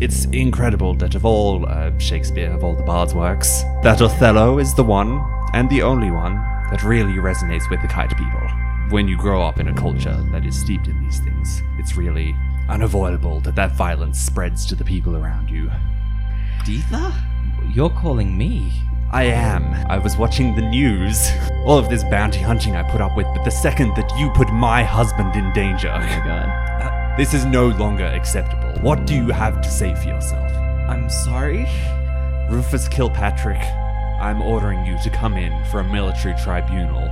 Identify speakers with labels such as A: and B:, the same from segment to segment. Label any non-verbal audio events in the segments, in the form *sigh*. A: It's incredible that of all uh, Shakespeare, of all the bard's works, that Othello is the one and the only one that really resonates with the kite people. When you grow up in a culture that is steeped in these things, it's really unavoidable that that violence spreads to the people around you.
B: Deetha? You're calling me.
A: I am. I was watching the news. All of this bounty hunting I put up with, but the second that you put my husband in danger, uh,
B: Oh my god.
A: This is no longer acceptable. What do you have to say for yourself?
B: I'm sorry?
A: Rufus Kilpatrick, I'm ordering you to come in for a military tribunal.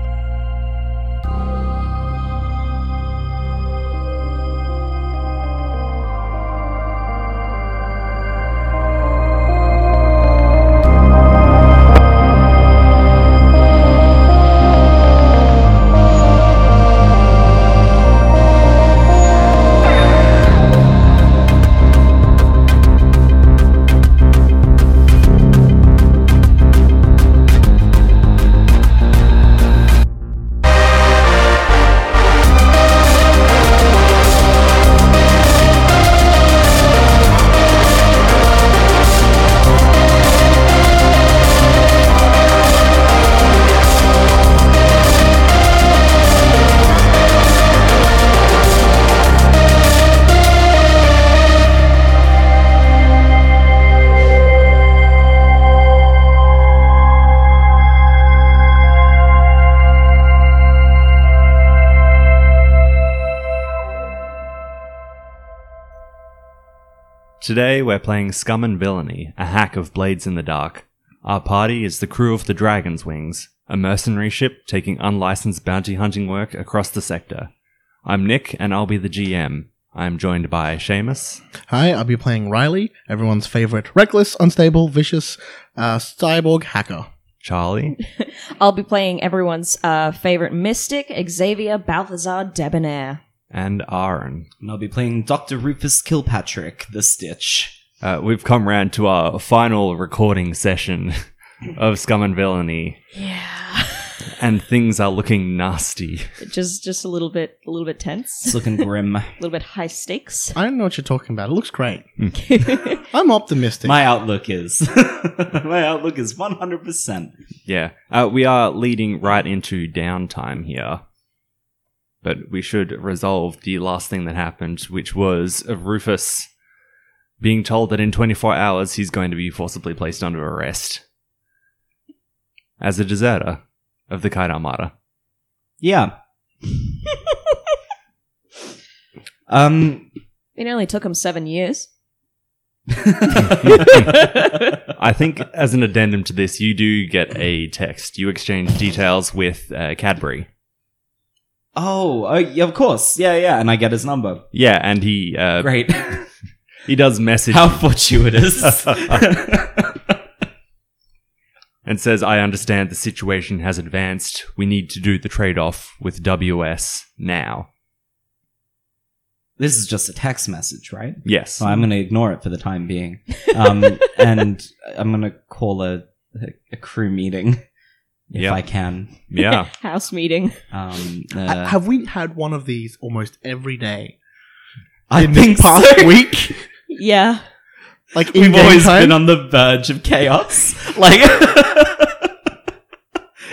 A: Today we're playing Scum and Villainy, a hack of Blades in the Dark. Our party is the crew of the Dragon's Wings, a mercenary ship taking unlicensed bounty hunting work across the sector. I'm Nick, and I'll be the GM. I'm joined by Seamus.
C: Hi, I'll be playing Riley, everyone's favorite reckless, unstable, vicious uh, cyborg hacker.
A: Charlie,
D: I'll be playing everyone's uh, favorite mystic, Xavier Balthazar Debonair.
A: and Aaron.
B: And I'll be playing Dr. Rufus Kilpatrick, the Stitch.
A: Uh, we've come round to our final recording session *laughs* of Scum and Villainy,
D: Yeah,
A: and things are looking nasty.
D: *laughs* just just a little bit, a little bit tense,
B: It's
D: a
B: *laughs* looking grim.
D: little bit high stakes. *laughs*
C: I don't know what you're talking about. It looks great.
D: yeah,
C: I'm optimistic.
B: My outlook is. *laughs* my outlook is 100%.
A: Yeah, uh, we are leading right into downtime here, but we should resolve the last thing that happened, which was Rufus being told that in 24 hours he's going to be forcibly placed under arrest as a deserter of the Kite Armada.
B: Yeah. *laughs* um. *laughs*
D: it only took him seven years.
A: I think, as an addendum to this, you do get a text. You exchange details with uh, Cadbury.
B: oh, uh, yeah, of course. Yeah, yeah. And I get his number.
A: Yeah, and he uh,
B: *laughs* Great.
A: he does message
B: How *laughs* fortuitous.
A: and says, "I understand the situation has advanced. We need to do the trade-off with WS now."
B: this is just a text message, right?
A: Yes,
B: So I'm going to ignore it for the time being.
C: *laughs*
B: Um, and I'm going to call a, a crew meeting if
A: Yeah.
B: I can.
A: *laughs* yeah.
D: *laughs* House meeting.
B: Um,
C: Ha-
B: uh,
C: have we had one of these almost every day
B: I
C: in this past week?
B: *laughs*
D: Yeah,
C: Like *laughs* in
B: We've
C: game
B: always
C: time?
B: been on the verge of chaos. *laughs* Like,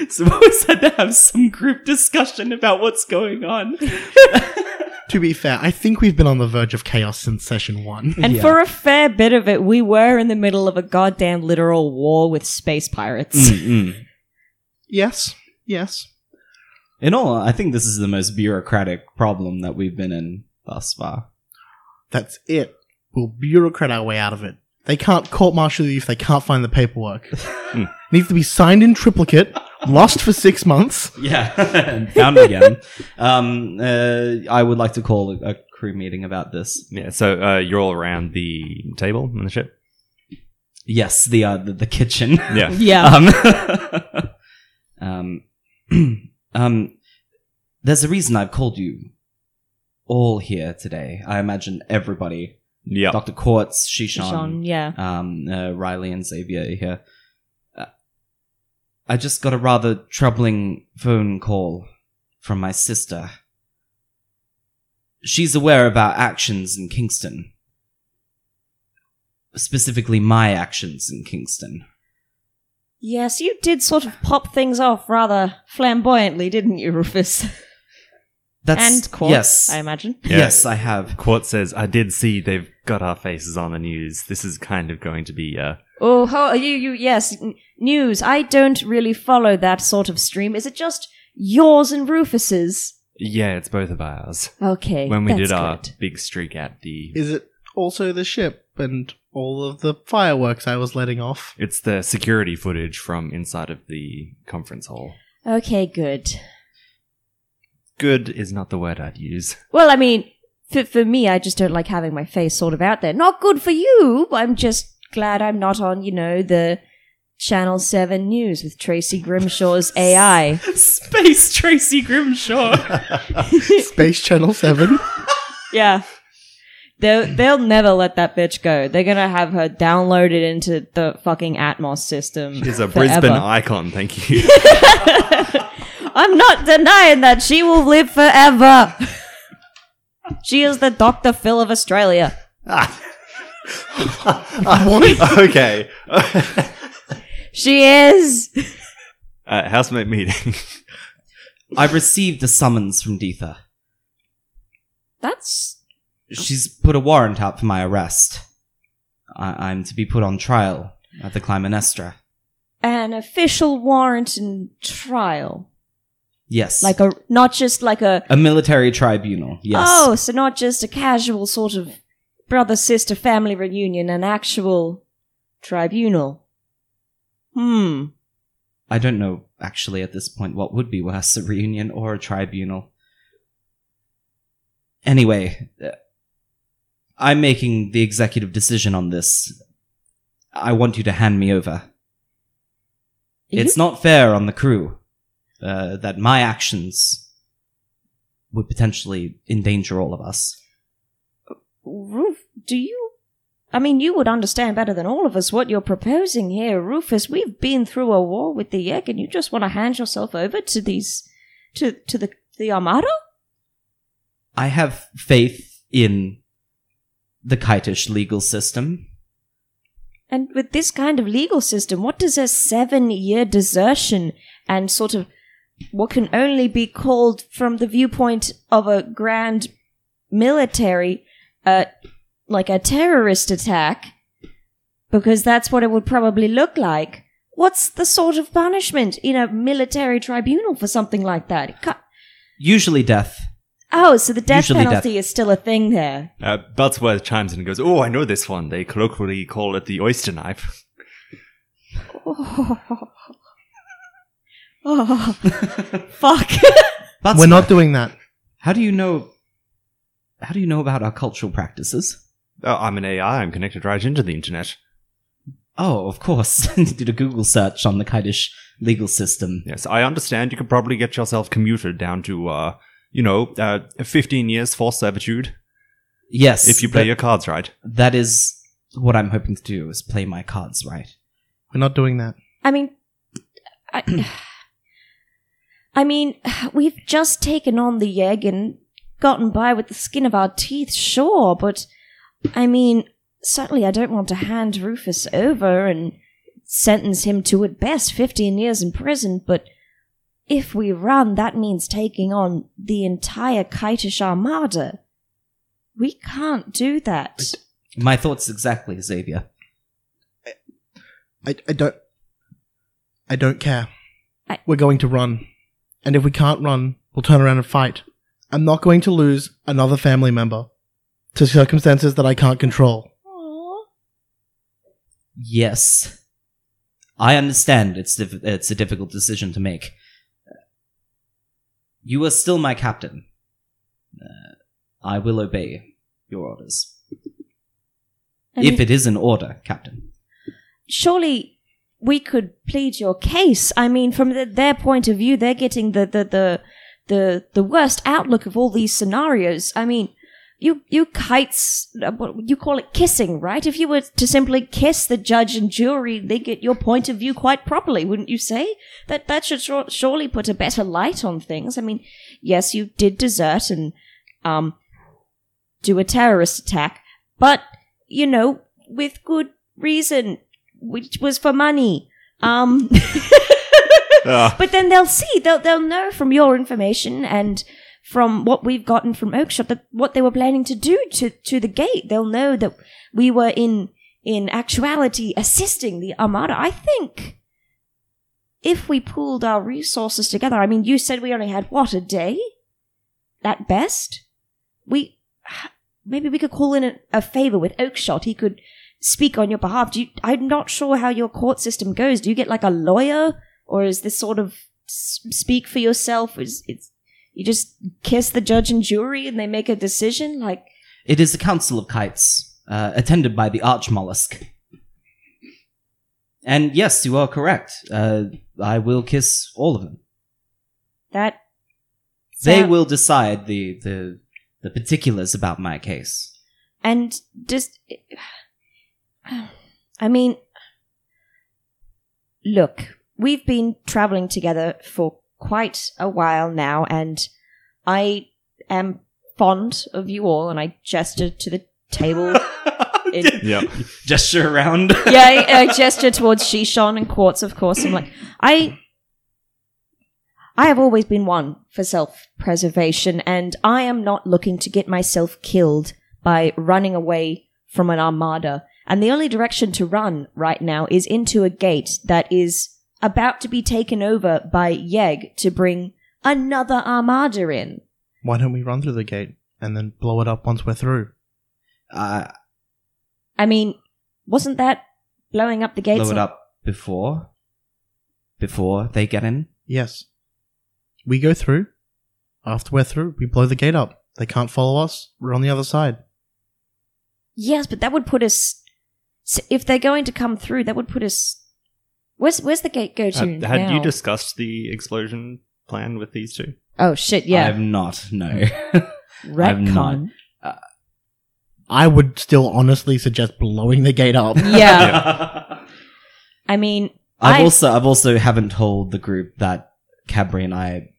B: so we always had to have some group discussion about what's going
C: *laughs*
B: on.
C: to be fair, I think we've been on the verge of chaos since session one. *laughs*
D: and
B: Yeah.
D: for a fair bit of it, we were in the middle of a goddamn literal war with space pirates.
B: Mm,
C: yes, yes.
B: In all, I think this is the most bureaucratic problem that we've been in thus far.
C: That's it. We'll bureaucrat our way out of it. They can't court martial you if they can't find the paperwork.
B: Hmm.
C: Needs to be signed in triplicate, lost for six months.
B: Yeah, and *laughs* found again. Um, uh, I would like to call a, a crew meeting about this.
A: Yeah, so uh, you're all around the table in the ship.
B: Yes, the uh, the, the kitchen.
A: Yeah,
D: *laughs* yeah,
B: *laughs* Um, um, *clears throat* um, there's a reason I've called you all here today. I imagine everybody,
A: yeah.
B: Dr. Quartz,
D: Sean.
B: Shishan,
D: Yeah,
B: um, uh, Riley, and Xavier are here. Uh, I just got a rather troubling phone call from my sister. She's aware of our actions in Kingston. specifically my actions in Kingston.
D: Yes, you did sort of pop things off rather flamboyantly, didn't you, Rufus?
B: That's
D: and Quartz,
B: yes,
D: I imagine.
A: Yeah.
B: yes, I have.
A: Court says, I did see they've got our faces on the news. This is kind of going to be uh
D: Oh, how, you, you, yes, n- news. I don't really follow that sort of stream. Is it just yours and Rufus's?
A: yeah, it's both of ours.
D: Okay,
A: When we
D: that's
A: did our
D: good.
A: big streak at the
C: Is it also the ship and all of the fireworks I was letting
A: *laughs*
C: off?
A: it's the security footage from inside of the conference hall.
D: Okay, good.
A: Good is not the word I'd use.
D: Well, I mean, for, for me, I just don't like having my face sort of out there. Not good for you. I'm just glad I'm not on, you know, the Channel 7 news with
A: *laughs*
D: Tracy Grimshaw's AI.
B: *laughs* Space Tracy Grimshaw.
C: Space Channel 7?
D: yeah. They'll, they'll never let that bitch go. They're going to have her downloaded into the fucking Atmos system.
A: She's a
D: forever.
A: Brisbane icon, thank you. *laughs*
D: I'm not denying that she will live *laughs* forever. she is the Dr. Phil of Australia.
A: okay.
D: She is.
A: uh, housemate meeting. *laughs*
B: I received a summons from Deetha.
D: That's
B: She's put a warrant out for my arrest. I- I'm to be put on trial at the Climanestra.
D: an official warrant and trial.
B: Yes,
D: Like a not just like a
B: a military tribunal. Yes.
D: oh, so not just a casual sort of brother sister family reunion, an actual tribunal. Hmm.
B: I don't know actually at this point what would be worse, a reunion or a tribunal. Anyway, uh, I'm making the executive decision on this. I want you to hand me over. It's not fair on the crew uh, that my actions would potentially endanger all of us.
D: Ruf, do you? I mean, you would understand better than all of us what you're proposing here, Rufus. We've been through a war with the Yek, and you just want to hand yourself over to these, to to the the Armada?
B: I have faith in the Kitish legal system.
D: And with this kind of legal system, what does a seven year desertion and sort of what can only be called from the viewpoint of a grand military, uh, like a terrorist attack, because that's what it would probably look like. What's the sort of punishment in a military tribunal for something like that? It ca-
B: Usually death.
D: oh, so the death
B: Usually death.
D: penalty is still a thing
A: *laughs*
D: there. *laughs*
A: Uh, Buttsworth chimes in and goes, Oh, I know this one. They colloquially call it the oyster knife.
D: Oh, *laughs* fuck. *laughs*
B: But
C: *laughs* We're not doing that.
B: How do you know? How do you know about our cultural practices?
A: Oh, I'm an AI. I'm connected right into the internet.
B: Oh, of course. *laughs* Did a Google search on the Kaidish legal system.
A: Yes, I understand you could probably get yourself commuted down to, uh, you know, uh, 15 years forced servitude
B: Yes,
A: if you play
B: that-
A: your cards right.
B: that is what I'm hoping to do is play my cards right.
C: We're not doing that.
D: I mean, I, I mean, we've just taken on the Yeg and gotten by with the skin of our teeth, sure, but I mean, certainly I don't want to hand Rufus over and sentence him to at best 15 years in prison, but if we run, that means taking on the entire Kaitish Armada. We can't do that.
B: My thoughts exactly, Xavier.
C: I, I don't. I don't care.
D: I-
C: We're going to run. And if we can't run, we'll turn around and fight. I'm not going to lose another family member to circumstances that I can't control.
D: Aw.
B: Yes, I understand. It's diff- it's a difficult decision to make. You are still my captain. Uh, I will obey your orders.
D: I mean-
B: if it is an order, Captain.
D: surely we could plead your case. I mean, from the, their point of view, they're getting the, the, the, the, the worst outlook of all these scenarios. I mean, you, you kites, uh, what- you call it kissing, right? If you were to simply kiss the judge and jury, they get your point of view quite properly, wouldn't you say? That, that should sur- surely put a better light on things. I mean, yes, you did desert and, um, do a terrorist attack, but, you know, with good reason, which was for money. Um,
A: Ah,
D: but then they'll see, they'll, they'll know from your information and from what we've gotten from Oakshop that what they were planning to do to, to the gate. They'll know that we were in, in actuality assisting the Armada. I think if we pooled our resources together, I mean, you said we only had what, a day? At best? We, maybe we could call in a, a favor with Oakshot. He could speak on your behalf. Do you, I'm not sure how your court system goes. Do you get like a lawyer? or is this sort of s- speak for yourself? Is it's you just kiss the judge and jury and they make a decision? Like,
B: It is the Council of Kites, uh, attended by the Archmollusk. And yes, you are correct. Uh, I will kiss all of them.
D: that
B: They
D: sound-
B: will decide the, the the particulars about my
D: *laughs*
B: case.
D: and just i mean look we've been traveling together for quite a while now and i am fond of you all and i gestured to the table in-
A: yeah.
B: Gesture around. *laughs*
D: yeah, I, I gesture towards Shishon and Quartz, of course. I'm like, I, I have always been one for self-preservation, and I am not looking to get myself killed by running away from an armada. And the only direction to run right now is into a gate that is about to be taken over by Yeg to bring another armada in.
C: Why don't we run through the gate and then blow it up once we're through?
B: Uh,
D: I mean, wasn't that blowing up the gates?
B: blow it up before, before they get in.
C: Yes. We go through. After we're through, we blow the gate up. They can't follow us. We're on the other side.
D: Yes, but that would put us. s- If they're going to come through, that would put us. Where's Where's the gate go to
A: Had, had you
D: now?
A: discussed the explosion plan with these two?
D: Oh shit! Yeah,
B: I'm not.
D: *laughs*
B: No. *laughs* I've not. *laughs*
D: retcon.
C: I would still honestly suggest blowing the gate
D: *laughs*
C: up.
D: Yeah, I mean,
B: I've
D: I-
B: also I've also haven't told the group that Cabri and I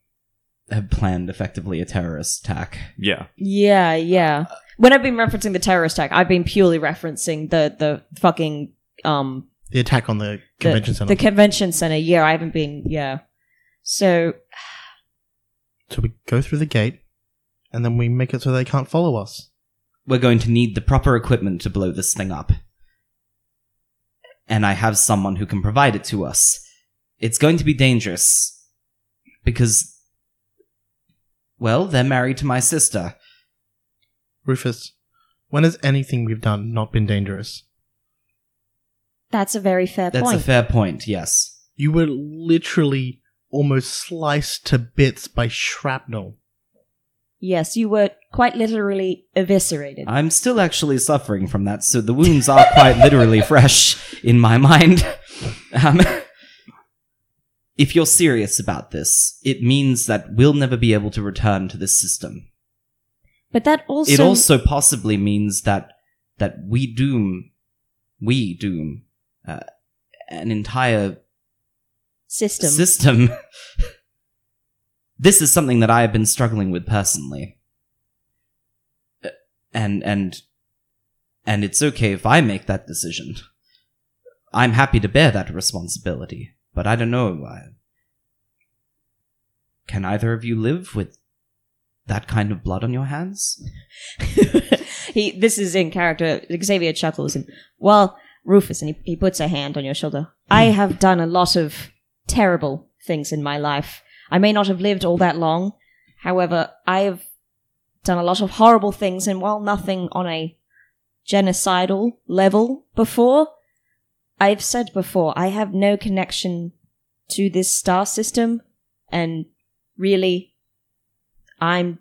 B: have planned effectively a terrorist attack.
A: Yeah.
D: yeah, yeah. When I've been referencing the terrorist attack, I've been purely referencing the the fucking um
C: the attack on the
D: the-
C: convention center.
D: The convention center. Yeah, I haven't been. Yeah, so
C: so we go through the gate, and then we make it so they can't follow us.
B: We're going to need the proper equipment to blow this thing up. And I have someone who can provide it to us. It's going to be dangerous because well, they're married to my sister.
C: Rufus, when has anything we've done not been dangerous?
D: that's a very fair
B: That's
D: point.
B: a fair point, yes.
C: You were literally almost sliced to bits by shrapnel.
D: yes, you were quite literally eviscerated.
B: I'm still actually suffering from that, so the wounds are quite literally fresh in my mind. *laughs* Um, if you're serious about this, it means that we'll never be able to return to this system.
D: but that also,
B: it also possibly means that that we doom, we doom, uh, an entire
D: system.
B: system. *laughs* this is something that I have been struggling with personally. Uh, And and and it's okay if I make that decision. I'm happy to bear that responsibility, but I don't know why. Can either of you live with that kind of blood on your hands?
D: *laughs* he this is in character. Xavier chuckles and well, Rufus, and he, he puts a hand on your shoulder. I have done a lot of terrible things in my life. I may not have lived all that long. However, I have done a lot of horrible things, and while nothing on a genocidal level before, I've said before, I have no connection to this star system, and really, I'm.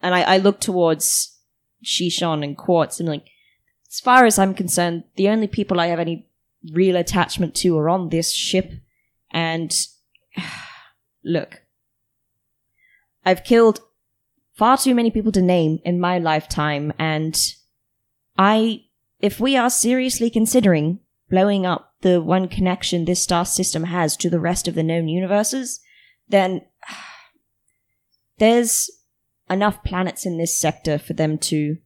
D: And I, I look towards Shishon and Quartz, and like, as far as I'm concerned, the only people I have any real attachment to are on this ship. And *sighs* look, I've killed far too many people to name in my lifetime, and I, if we are seriously considering blowing up the one connection this star system has to the rest of the known universes, then *sighs* there's enough planets in this sector for them to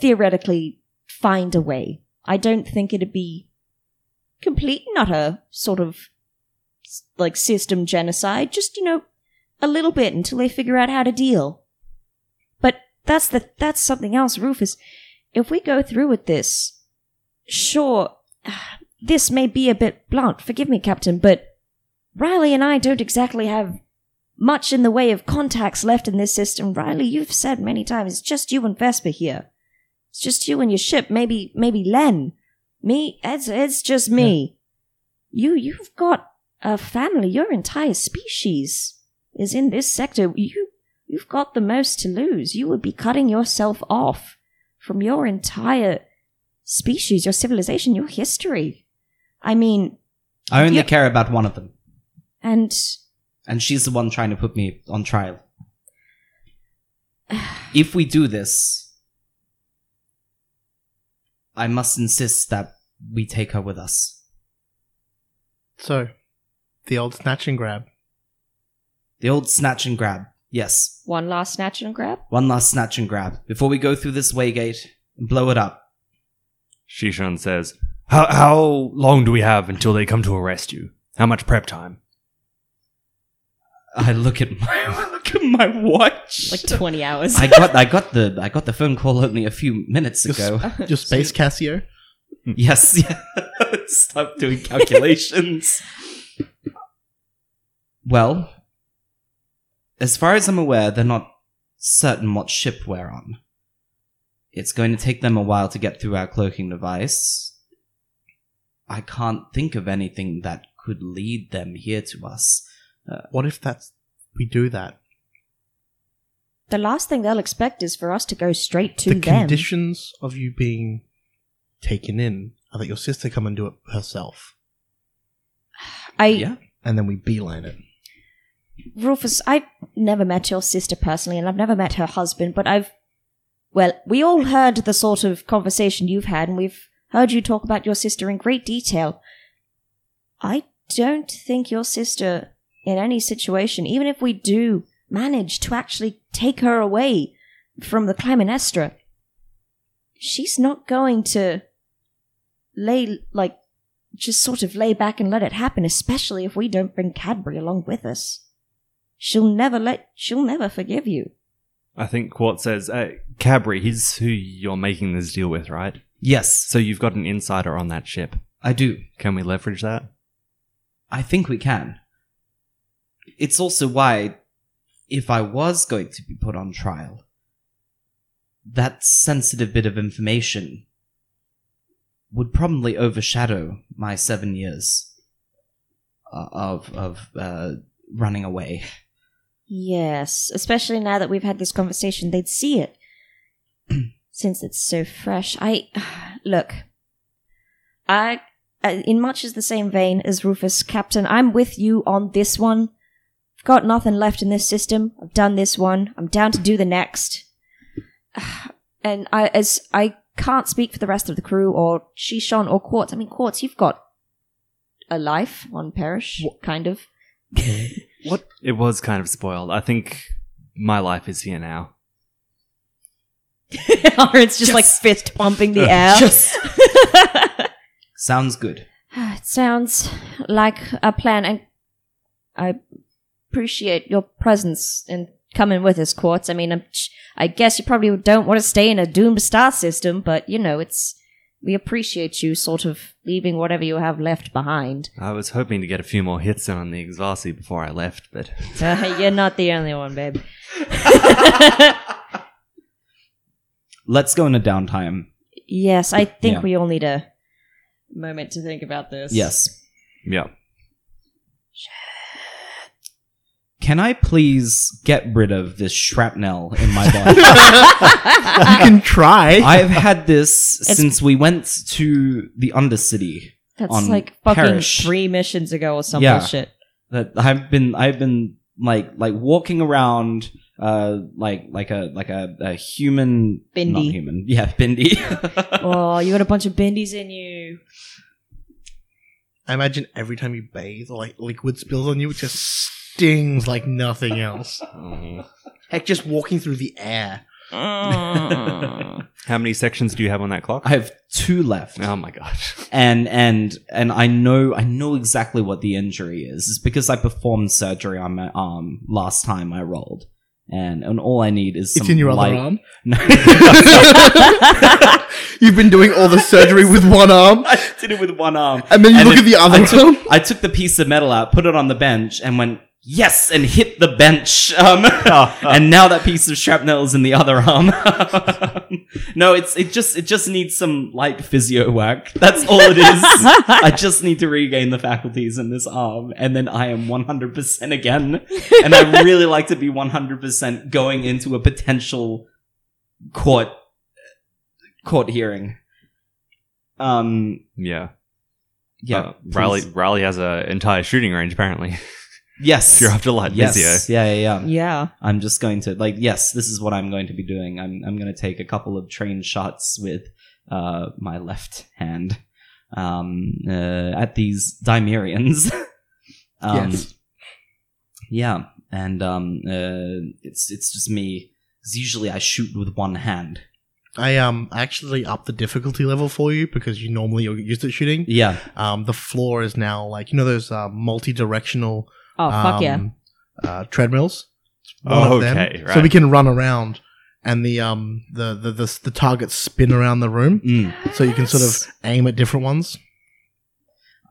D: theoretically find a way I don't think it'd be complete and utter sort of s- like system genocide. Just you know, a little bit until they figure out how to deal. But that's the that's something else, Rufus. If we go through with this, sure, *sighs* this may be a bit blunt. Forgive me, Captain, but Riley and I don't exactly have much in the way of contacts left in this system. Riley, you've said many times it's just you and Vesper here. It's just you and your ship. Maybe maybe Len. Me, it's it's just me. You you've got a family. Your entire species is in this sector. You you've got the most to lose. You would be cutting yourself off from your entire species, your civilization, your history. I mean,
B: I only
D: Yeah.
B: care about one of them,
D: and
B: and she's the one trying to put me on trial. if we do this, I must insist that we take her with us.
C: So, the old snatch and grab.
B: The old snatch and grab. Yes,
D: one last snatch and grab.
B: one last snatch and grab before we go through this waygate and blow it up.
A: Shishan says, how, how long do we have until they come to arrest you? How much prep time?
B: I look at my *laughs* I look at my watch.
D: *laughs* Like twenty hours.
B: I got I got the I got the phone call only a few minutes ago.
C: Your space Casio.
B: yes, *laughs* yes. Stop doing calculations. well, as far as I'm aware, they're not certain what ship we're on. It's going to take them a while to get through our cloaking device. I can't think of anything that could lead them here to us.
C: What if that's we do that?
D: the last thing they'll expect is for us to go straight to
C: the
D: them.
C: conditions of you being taken in are that your sister come and do it herself,
D: I
B: Yeah.
C: and then we beeline it.
D: Rufus, I've never met your sister personally, and I've never met her husband, but I've. Well, we all heard the sort of conversation you've had, and we've heard you talk about your sister in great detail. I don't think your sister, in any situation, even if we do manage to actually take her away from the Climenestra, she's not going to lay, like, just sort of lay back and let it happen, especially if we don't bring Cadbury along with us. She'll never let. She'll never forgive you.
A: I think Quart says, uh, Cabri, he's who you're making this deal with, right?
B: Yes,
A: So you've got an insider on that ship.
B: I do.
A: Can we leverage that?
B: I think we can. It's also why, if I was going to be put on trial, that sensitive bit of information would probably overshadow my seven years uh, of of uh, running away.
D: Yes, especially now that we've had this conversation, they'd see *clears throat* it. Since it's so fresh, I *sighs* look. I, uh, in much as the same vein as Rufus, Captain, I'm with you on this one. I've got nothing left in this system. I've done this one. I'm down to do the next. *sighs* And I, as I can't speak for the rest of the crew or Shishon or Quartz. I mean, Quartz, you've got a life on Parish, kind of.
A: What? It was kind of spoiled. I think my life is here now.
D: *laughs* Aaron's just like fist pumping the air.
B: Sounds good.
D: *sighs* it sounds like a plan, and I appreciate your presence and coming with us, Quartz. I mean, I'm, I guess you probably don't want to stay in a doomed star system, but you know, it's we appreciate you sort of leaving whatever you have left behind. *laughs*
A: I was hoping to get a few more hits in on the Exarcy before I left, but
D: Uh, you're not the only one, babe. *laughs*
B: Let's go into downtime.
D: yes, I think
B: Yeah.
D: we all need a moment to think about this. *laughs*
B: Yes. *laughs*
A: yeah.
B: Can I please get rid of this shrapnel in my body?
C: you can try.
B: I've had this
D: It's-
B: since we went to the Undercity.
D: That's
B: on
D: like fucking
B: Parrish.
D: three missions ago or some
B: Yeah.
D: bullshit.
B: That I've been I've been like like walking around uh like like a like a, a human
D: Bindi.
B: not human yeah bindi
C: *laughs*
D: oh, you got a bunch of bendies in you.
C: I imagine every time you bathe or like liquid spills on you, it just stings like nothing else. *laughs*
A: Mm.
C: Heck, just walking through the air.
D: Uh.
E: Mm.
A: How many sections do you have on that clock?
B: I have two left.
A: oh my gosh. *laughs*
B: and and and I know I know exactly what the injury is. It's because I performed surgery on my arm last time I rolled, and and all I need is some
C: it's in your
B: light-
C: other arm.
B: *laughs* No,
C: You've been doing all the surgery with one arm,
B: I did it with one arm.
C: and then you
B: And
C: look
B: it-
C: at the other
B: I took- *laughs*
C: arm.
B: I took the piece of metal out, put it on the bench, and went yes, and hit the bench. *laughs* Um,
A: *laughs*
B: and now that piece of shrapnel is in the other arm. *laughs* no, it's it just it just needs some light physio work. That's all it is.
A: *laughs*
D: *laughs*
B: I just need to regain the faculties in this arm, and then I am 100% again.
A: *laughs*
B: And I really like to be 100% going into a potential court court hearing. Um,
A: Yeah.
B: yeah,
A: Uh, Riley
B: please.
A: Riley has an entire shooting range apparently. *laughs*
B: Yes,
A: if you're after light
B: yes,
A: physio.
B: yeah, yeah, yeah.
D: yeah.
B: I'm just going to like, yes, this is what I'm going to be doing. I'm I'm going to take a couple of train shots with uh my left hand um uh, at these Dimerians. *laughs* um,
C: Yes.
B: Yeah, and um uh, it's it's just me. 'cause usually I shoot with one hand.
C: I um actually upped the difficulty level for you because you normally you're used to shooting.
B: Yeah,
C: Um, the floor is now like you know those uh, multi-directional.
D: Oh fuck yeah.
C: um, Uh, treadmills. One
A: Oh,
C: of them.
A: okay, right.
C: So we can run around, and the um the the the, the targets spin around the room,
B: Mm.
C: Um, so you can sort of aim at different
D: *laughs*
C: ones.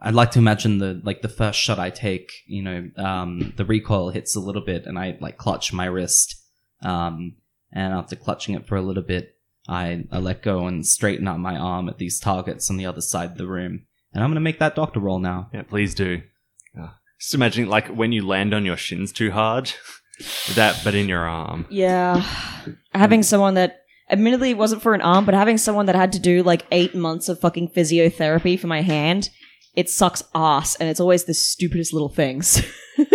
B: I'd like to imagine the like the first shot I take, you know, um, the recoil hits a little bit, and I like clutch my wrist. Um, and after clutching it for a little bit, I, I let go and straighten out my arm at these targets on the other side of the room. And I'm gonna make that doctor roll now.
A: Yeah, please do. Uh, just imagine like when you land on your shins too hard. *laughs* that but in your arm.
D: Yeah. Having someone that admittedly it wasn't for an arm, but having someone that had to do like eight months of fucking physiotherapy for my hand, it sucks ass and it's always the stupidest little things. *laughs*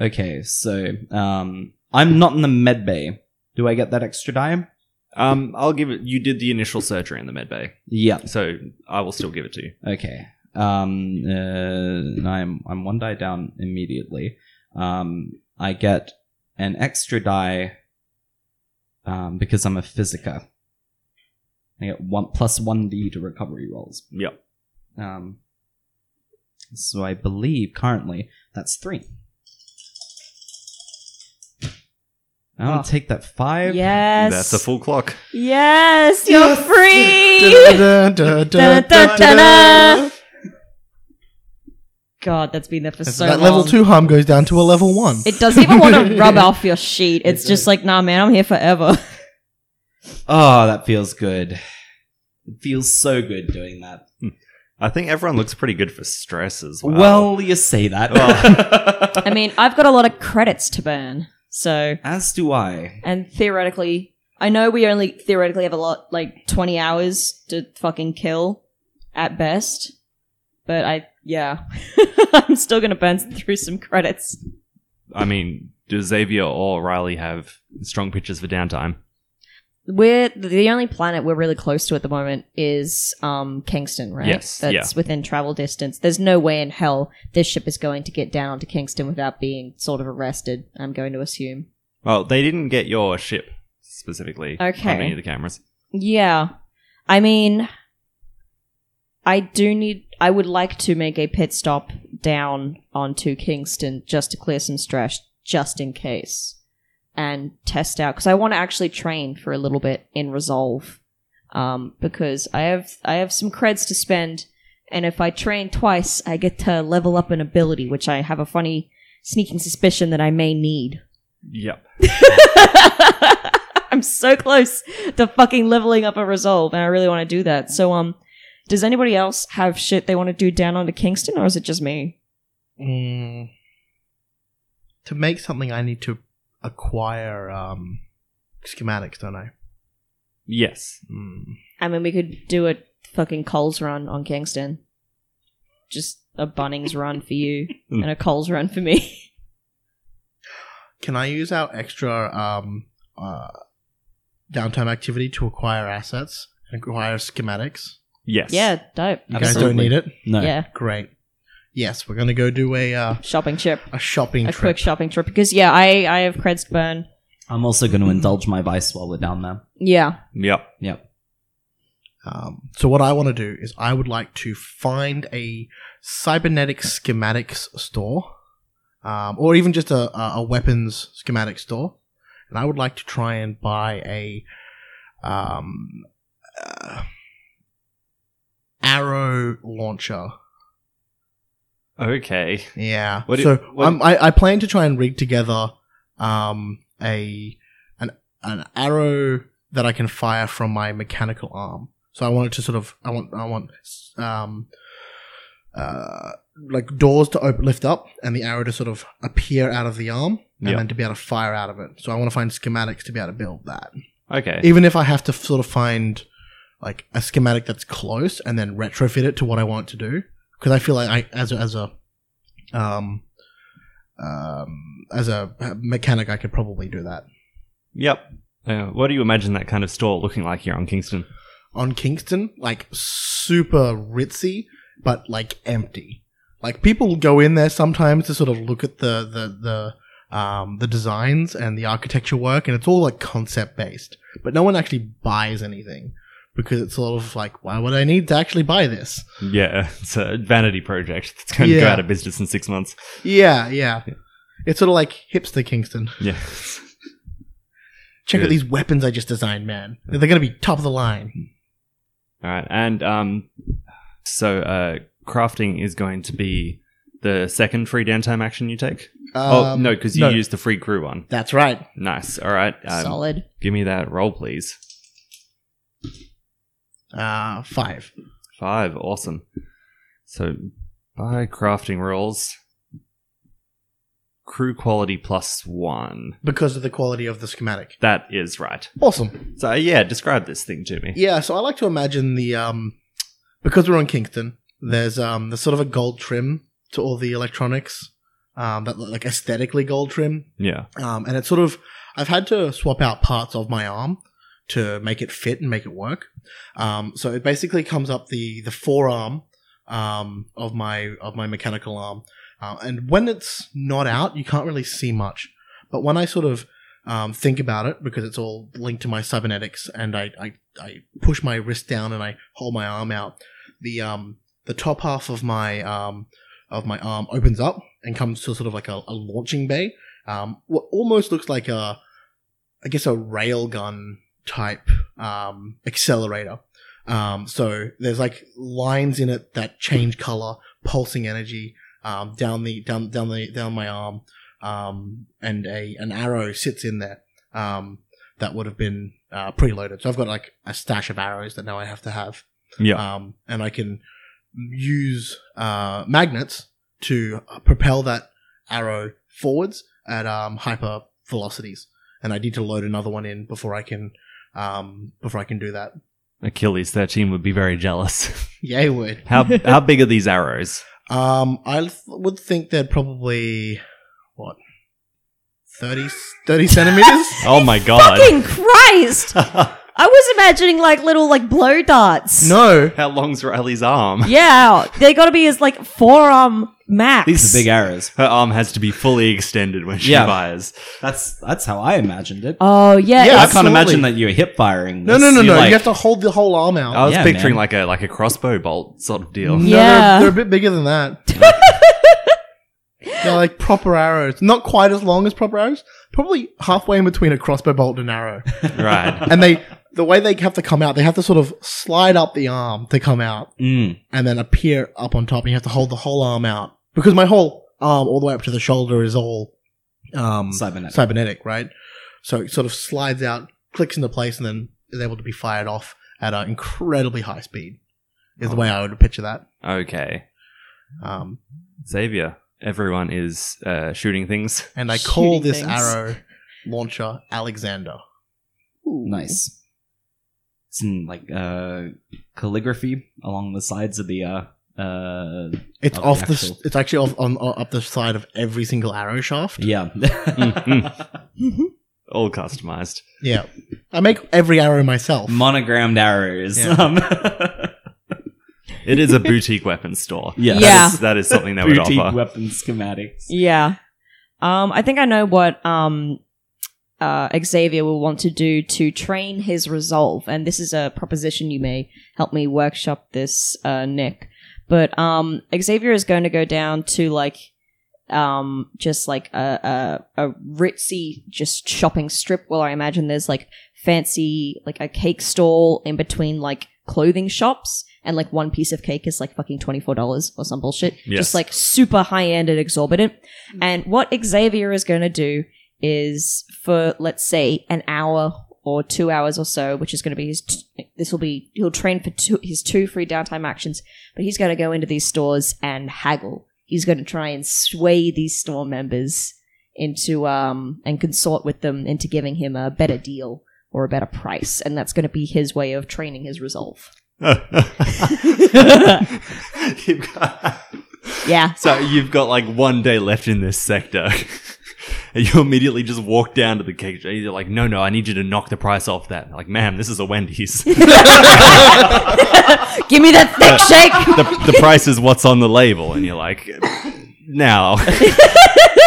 B: Okay, so um, I'm not in the med bay. Do I get that extra dime?
A: Um I'll give it you did the initial surgery in the med bay.
B: Yeah.
A: So I will still give it to you.
B: Okay. Um, uh, and I'm I'm one die down immediately. Um, I get an extra die um, because I'm a physica. I get one plus one d to recovery rolls.
A: Yep.
B: Um, so I believe currently that's three. I'm gonna
D: Oh.
B: take that five.
D: yes.
A: That's a full clock.
D: Yes, you're free.
C: Da-da-da-da-da-da-da.
D: Da-da-da-da-da. God, that's been there for
C: And
D: so
C: so that
D: long.
C: level two harm goes down to a level one.
D: It doesn't even want
C: *laughs*
D: to rub off your sheet. It's just like, nah, man, I'm here forever.
B: Oh, that feels good. It feels so good doing that.
A: I think everyone looks pretty good for stress as well. Oh.
B: Well, you say that.
D: *laughs*
A: *laughs*
D: *laughs* I mean, I've got a lot of credits to burn, so
B: As do I.
D: and theoretically, I know we only theoretically have a lot, like twenty hours to fucking kill, at best. But I, yeah, *laughs* I'm still gonna burn through some credits.
A: I mean, do Xavier or Riley have strong pitches for downtime?
D: We're the only planet we're really close to at the moment is um, Kingston, right?
A: Yes,
D: that's
A: yeah.
D: within travel distance. There's no way in hell this ship is going to get down to Kingston without being sort of arrested. I'm going to assume.
A: Well, they didn't get your ship specifically
D: Okay.
A: on any of the cameras.
D: Yeah. I mean, I do need. I would like to make a pit stop down onto Kingston just to clear some stress, just in case, and test out because I want to actually train for a little bit in Resolve, um, because I have I have some creds to spend, and if I train twice, I get to level up an ability, which I have a funny sneaking suspicion that I may need.
A: Yep.
D: *laughs* I'm so close to fucking leveling up a resolve, and I really want to do that. So, um, does anybody else have shit they want to do down onto Kingston, or is it just me?
C: Mm. to make something, I need to acquire um, schematics, don't I?
A: Yes.
C: Mm.
D: I mean, we could do a fucking Coles run on Kingston, just a Bunnings run
C: *laughs*
D: for you
A: Mm.
D: and a Coles run for me.
C: Can I use our extra um, uh, downtime activity to acquire assets and acquire schematics?
A: Yes.
D: yeah, dope.
C: You guys don't need it.
B: No.
D: Yeah,
C: Great. Yes, we're gonna go do a uh,
D: shopping trip,
C: a shopping
D: a
C: trip.
D: quick shopping trip because yeah, I I have creds to burn.
B: I'm also going to indulge my vice while we're down there.
F: Yeah.
A: Yep.
B: Yep.
C: Um, so what I want to do is I would like to find a cybernetic schematics store, um, or even just a, a a weapons schematic store, and I would like to try and buy a um, uh, arrow launcher.
A: Okay.
C: Yeah.
A: What do-
C: so
A: what-
C: I'm, I, I plan to try and rig together um, a an an arrow that I can fire from my mechanical arm. So I want it to sort of I want I want um, uh, like doors to open lift up and the arrow to sort of appear out of the arm and
A: Yeah.
C: then to be able to fire out of it. So I want to find schematics to be able to build that.
A: Okay.
C: Even if I have to sort of find like a schematic that's close and then retrofit it to what I want it to do, because I feel like I as a, as a um um as a mechanic I could probably do that
A: Yep. Uh, what do you imagine that kind of store looking like here on Kingston?
C: on Kingston, like super ritzy but like empty. Like people go in there sometimes to sort of look at the the the um, the designs and the architecture work, and it's all like concept based, but no one actually buys anything because it's sort of like, why would I need to actually buy this?
A: Yeah, it's a vanity project that's going to go
C: Yeah.
A: out of business in six months.
C: Yeah, yeah. It's sort of like hipster Kingston.
A: *laughs* Yeah.
C: Check out
A: Good.
C: these weapons I just designed, man. They're gonna be top of the line.
A: All right, and um, so uh, crafting is going to be the second free downtime action you take. oh
C: Um,
A: no, because you used the free crew one.
C: That's right.
A: Nice. All right. Um,
F: Solid.
A: Give me that roll, please.
C: Uh, five.
A: Five. Awesome. So by crafting rules, crew quality plus one.
C: Because of the quality of the schematic.
A: That is right.
C: Awesome.
A: So yeah, describe this thing to me.
C: Yeah, so I like to imagine the um because we're on Kingston, there's um there's sort of a gold trim to all the electronics. Um that look like aesthetically gold trim.
A: Yeah.
C: Um and it's sort of I've had to swap out parts of my arm to make it fit and make it work. Um so it basically comes up the the forearm um of my of my mechanical arm. Uh, and when it's not out, you can't really see much. But when I sort of um, think about it because it's all linked to my cybernetics and I, I, I push my wrist down and I hold my arm out. The um the top half of my um of my arm opens up and comes to sort of like a, a launching bay. Um, what almost looks like a I guess a railgun type um, accelerator. Um, so there's like lines in it that change color, pulsing energy um, down the down down the down my arm um, and a an arrow sits in there um, that would have been uh, preloaded. So I've got like a stash of arrows that now I have to have,
A: Yeah.
C: um, and I can use uh, magnets to propel that arrow forwards at um, hyper velocities. And I need to load another one in before I can um, before I can do that.
A: Achilles thirteen would be very jealous.
C: Yay, word.
A: *laughs* how how big are these arrows?
C: Um, I th- would think they're probably what 30, 30 centimeters.
A: Oh my god.
D: Fucking Christ! I was imagining like little like blow darts.
C: No,
A: *laughs* How long's Riley's arm?
D: Yeah, they gotta be as like forearm max.
B: These are big arrows.
A: Her arm has to be fully extended when she
B: Yeah.
A: fires.
B: That's that's how I imagined it.
D: Oh yeah,
C: Yeah,
B: I
D: it's-
B: can't
C: absolutely.
B: imagine that you're hip firing.
C: no,
B: this.
C: no, no,
B: You're
C: no.
B: like-
C: you have to hold the whole arm out.
A: I was
B: Yeah,
A: picturing
B: man.
A: like a like a crossbow bolt sort of deal. *laughs*
C: No,
D: Yeah.
C: they're, they're a bit bigger than that. they're like proper arrows, not quite as long as proper arrows. Probably halfway in between a crossbow bolt and an arrow.
A: Right.
C: And they, the way they have to come out, they have to sort of slide up the arm to come out,
B: Mm.
C: and then appear up on top. And you have to hold the whole arm out because my whole arm, all the way up to the shoulder, is all um,
B: Cybernetic.
C: cybernetic, right? So it sort of slides out, clicks into place, and then is able to be fired off at an incredibly high speed. Is the way I would picture that.
A: Okay.
C: Um,
A: Xavier. Everyone is uh, shooting things.
C: and I call
F: Shooting
C: this
F: things.
C: arrow launcher Alexander.
B: Nice. It's in like uh, calligraphy along the sides of the. Uh, uh,
C: It's
B: Of the
C: off the. s
B: actual-
C: It's actually off on, on up the side of every single arrow shaft.
B: *laughs* yeah. Mm-hmm.
D: *laughs*
A: All customized.
C: Yeah, I make every arrow myself.
B: Monogrammed arrows.
C: Yeah.
B: *laughs* Um,
A: It is a boutique weapon *laughs* store.
B: yeah.
F: Yeah.
A: That is, that is something that would
B: Boutique
A: offer.
B: weapon schematics.
F: Yeah. Um, I think I know what um
D: uh, Xavier will want to do to train his resolve. And this is a proposition you may help me workshop this, uh, Nick. But um, Xavier is going to go down to like um, just like a, a a ritzy just shopping strip where I imagine there's like fancy like a cake stall in between like clothing shops. And like one piece of cake is like fucking twenty four dollars or some bullshit,
A: Yes.
D: just like super high end and exorbitant. And what Xavier is going to do is for let's say an hour or two hours or so, which is going to be his. T- this will be he'll train for two, his two free downtime actions, but he's going to go into these stores and haggle. He's going to try and sway these store members into um and consort with them into giving him a better deal or a better price, and that's going to be his way of training his resolve.
A: *laughs* You've got-
D: Yeah.
A: so you've got like one day left in this sector. *laughs* And you immediately just walk down to the cake shop. You're like, no, no, I need you to knock the price off that. Like, ma'am, this is a Wendy's.
D: Give me that thick shake.
A: the, the price is what's on the label, and you're like, now, *laughs*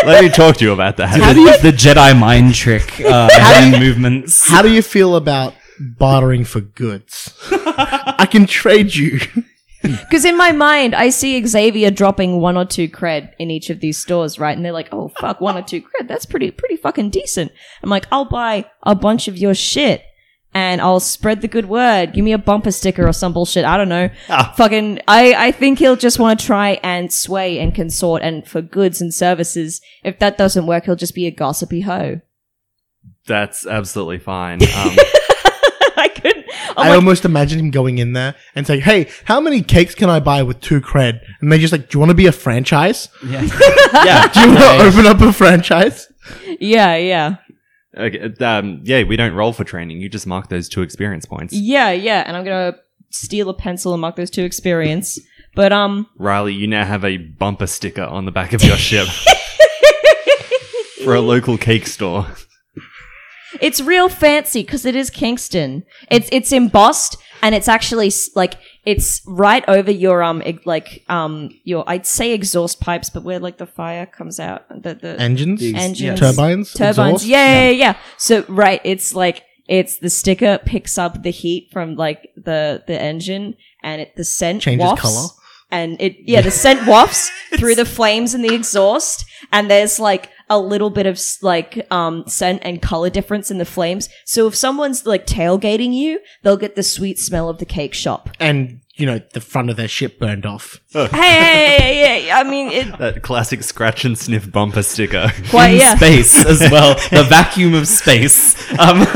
A: let me talk to you about that.
B: the, the Jedi mind trick uh, hand movements. *laughs*
C: How do you feel about bartering for goods? I can trade you.
D: Because in my mind, I see Xavier dropping one or two cred in each of these stores, right? And they're like, "Oh fuck, one or two cred. That's pretty, pretty fucking decent." I'm like, "I'll buy a bunch of your shit, and I'll spread the good word. Give me a bumper sticker or some bullshit. I don't know. Fucking, I, I think he'll just want to try and sway and consort, and for goods and services. If that doesn't work, he'll just be a gossipy hoe. *laughs*
A: That's absolutely fine. Um,
D: I couldn't.
C: I
D: I'm like,
C: almost imagine him going in there and saying, "Hey, how many cakes can I buy with two cred?" And they just like, "Do you want to be a franchise?
B: Yeah.
A: yeah,
C: Do you want to open up a franchise?"
D: yeah, yeah.
A: okay, um, yeah. We don't roll for training. You just mark those two experience points.
D: Yeah, yeah, and I'm gonna steal a pencil and mark those two experience. But um,
A: Riley, you now have a bumper sticker on the back of your ship for a local cake store.
D: it's real fancy because it is Kingston. It's it's embossed and it's actually s- like it's right over your um ex- like um your I'd say exhaust pipes, but where like the fire comes out the the
C: Engines,
B: The-
D: engines
C: turbines,
D: turbines.
C: exhaust?
D: Yeah, yeah, yeah. So right, it's like it's the sticker picks up the heat from like the the engine, and it the scent
C: Changes
D: wafts,
C: colour.
D: and it yeah the scent
B: *laughs*
D: wafts through the flames and the exhaust, and there's like a little bit of s- like um scent and color difference in the flames. So if someone's like tailgating you, they'll get the sweet smell of the cake shop.
B: *laughs*
C: and you know the front of their ship burned off.
D: hey, hey, hey, hey, hey, I mean it.
A: That classic scratch and sniff bumper
D: *laughs*
A: sticker.
D: Quite,
B: In
D: yeah.
B: Space as well. The vacuum of space. Um, *laughs*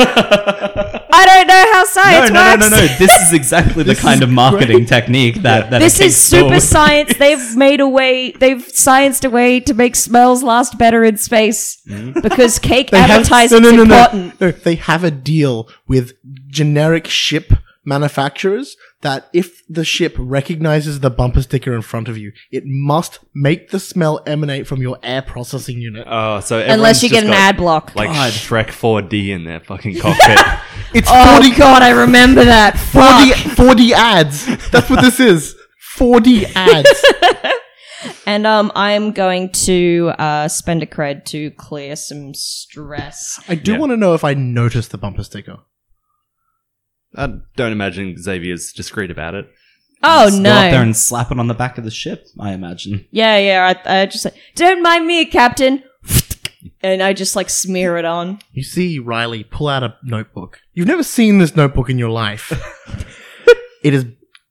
D: I don't know how
B: no,
D: science
B: no, no,
D: works.
B: no, no. This is exactly the kind of marketing technique that, that a
D: This
B: cake
D: is
B: store *laughs*
D: super
B: would-
D: science. They've made a way. They've scienced a way to make smells last better in space because cake advertising is important.
C: No, they have a deal with generic ship manufacturers that if the ship recognizes the bumper sticker in front of you, it must make the smell emanate from your air processing unit.
A: Oh, so
D: Unless
A: everyone's
D: you
A: just
D: get an
A: got,
D: ad block.
A: like
B: God.
A: Shrek 4D in their
D: *laughs*
A: fucking cockpit.
C: It's
D: oh
C: 40,
D: god, I remember that.
C: 40,
D: Fuck.
C: 40 ads. That's what this is.
D: *laughs*
C: 40 ads.
D: And um, I'm going to uh, spend a cred to clear some stress.
C: I do
A: Yeah.
C: want to know if I noticed the bumper sticker.
A: I don't imagine Xavier's discreet about it.
D: Oh
B: Just
D: no!
B: Go up there and slap it on the back of the ship, I imagine.
D: yeah, yeah. I, I just like, don't mind me, Captain. *laughs* And I just like smear it on.
C: You see Riley pull out a notebook. You've never seen this notebook in your life. it is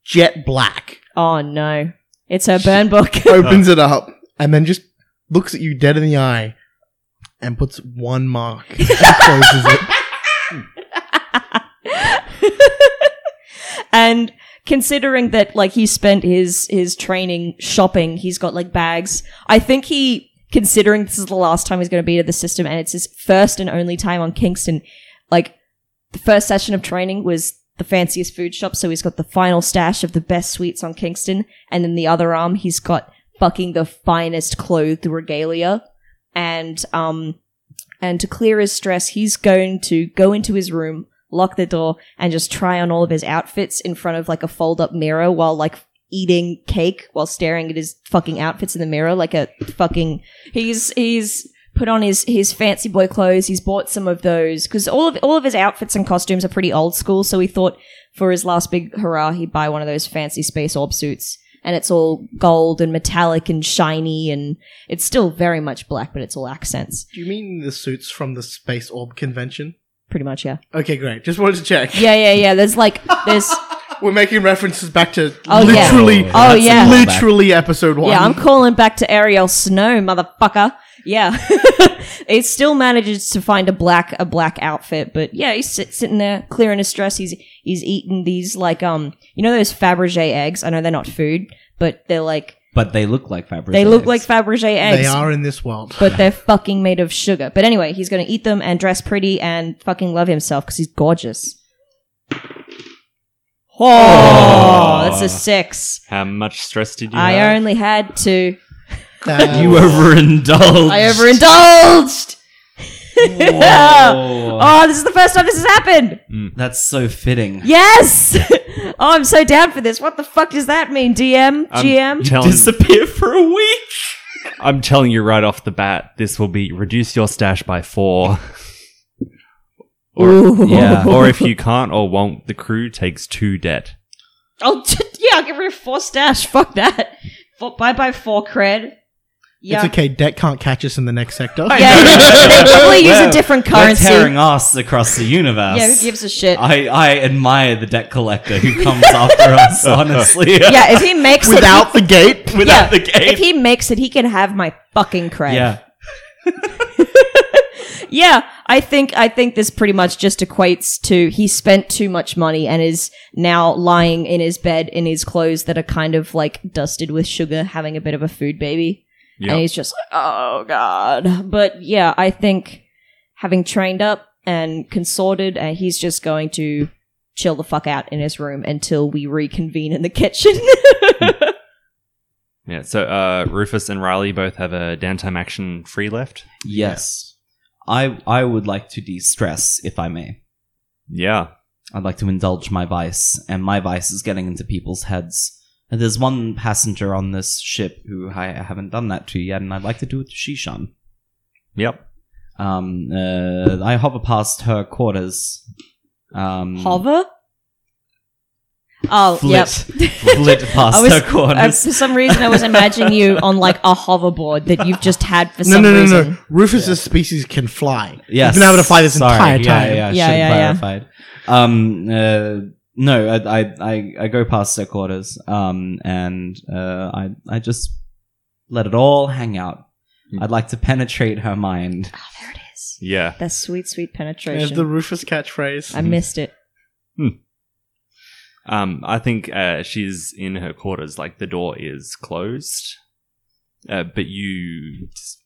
C: jet black.
D: Oh no! It's her burn book. *laughs*
C: opens it up and then just looks at you dead in the eye and puts one mark and closes it.
D: *laughs* and considering that like he spent his his training shopping he's got like bags i think he considering this is the last time he's going to be to the system and it's his first and only time on kingston like the first session of training was the fanciest food shop so he's got the final stash of the best sweets on kingston and in the other arm he's got fucking the finest clothed regalia and um and to clear his stress he's going to go into his room lock the door and just try on all of his outfits in front of like a fold up mirror while like eating cake while staring at his fucking outfits in the mirror like a fucking he's he's put on his his fancy boy clothes. He's bought some of those because all of all of his outfits and costumes are pretty old school. So he thought for his last big hurrah, he'd buy one of those fancy space orb suits, and it's all gold and metallic and shiny, and it's still very much black, but it's all accents,
C: Do you mean the suits from the Space Orb convention?
D: pretty much. Yeah,
C: Okay, great. Just wanted to check.
D: yeah, yeah, yeah. There's like there's
C: We're making references back to
D: Oh, yeah.
C: literally,
D: Oh, yeah.
C: literally episode *laughs* one.
D: yeah. I'm calling back to Ariel Snow, motherfucker. Yeah, *laughs* he still manages to find a black a black outfit, but yeah, he's sit, sitting there clearing his stress. He's he's eating these like um you know those Fabergé eggs. I know they're not food, but they're like
B: But they look like fabric.
D: they look like Fabergé eggs.
C: they are in this world.
D: but they're fucking made of sugar. But anyway, he's gonna eat them and dress pretty and fucking love himself because he's gorgeous. Oh, that's a six.
A: How much stress did you have?
D: I only had two.
C: That-
B: you *laughs* overindulged.
D: I overindulged.
B: Whoa.
D: *laughs* Oh, this is the first time this has happened.
B: That's so fitting.
D: Yes. *laughs* oh, I'm so down for this. What the fuck does that mean, DM?
B: Um,
A: I'm
D: GM?
A: telling-
B: Disappear for a week.
A: I'm telling you right off the bat, this will be reduce your stash by
D: *laughs*
A: four.
D: *laughs* Ooh.
B: Yeah.
A: *laughs* or if you can't or won't, the crew takes two debt.
D: *laughs* Oh, t- yeah, I'll get rid of four stash. *laughs* Fuck that. Four, bye bye, four cred. Yeah.
C: It's okay. Debt can't catch us in the next sector.
D: Yeah,
B: *laughs*
D: they probably use a
B: Wow.
D: different
B: We're
D: currency.
B: tearing us across the universe.
D: Yeah, who gives
B: *laughs*
D: a shit?
B: I, I admire the debt collector who comes after
D: *laughs*
B: us, honestly. *laughs*
D: yeah, if he makes
C: Without the gate,
D: it,
B: without *laughs*
D: yeah,
B: the game.
D: If he makes it, he can have my fucking cred.
B: Yeah.
D: Yeah, I think I think this pretty much just equates to he spent too much money and is now lying in his bed in his clothes that are kind of like dusted with sugar, having a bit of a food baby.
A: Yeah.
D: And he's just like, "Oh god." But yeah, I think having trained up and consorted and he's just going to chill the fuck out in his room until we reconvene in the kitchen.
A: *laughs*
D: *laughs*
A: Yeah. So uh, Rufus and Riley both have a downtime action free left.
B: Yes. I I would like to de-stress, if I may.
A: Yeah.
B: I'd like to indulge my vice, and my vice is getting into people's heads. And there's one passenger on this ship who I haven't done that to yet, and I'd like to do it to Shishan.
A: Yep.
B: Um, uh, I hover past her quarters. Um,
D: Hover? Oh,
B: Flit,
D: yep.
B: flit past
D: *laughs* I was-
B: her
D: I,
B: quarters.
D: Uh, for some reason, I was imagining you on like a hoverboard that you've just had
C: *laughs*
D: for
C: No,
D: some
C: no, no,
D: reason.
C: no. Rufus's species can fly.
B: yes.
C: He's been able to fly this
B: Sorry,
C: entire
B: yeah,
C: time.
B: Yeah,
D: Yeah,
B: yeah,
D: yeah, yeah.
B: clarified. Um, uh, no, I, I, I, I go past their quarters, um, and uh, I, I just let it all hang out.
A: Hmm.
B: I'd like to penetrate her mind.
D: Oh, there it is.
A: Yeah.
D: That's sweet, sweet
C: There's
D: penetration.
C: the Rufus catchphrase.
D: I missed it.
A: Um, I think uh, she's in her quarters. Like the door is closed, uh, but you just-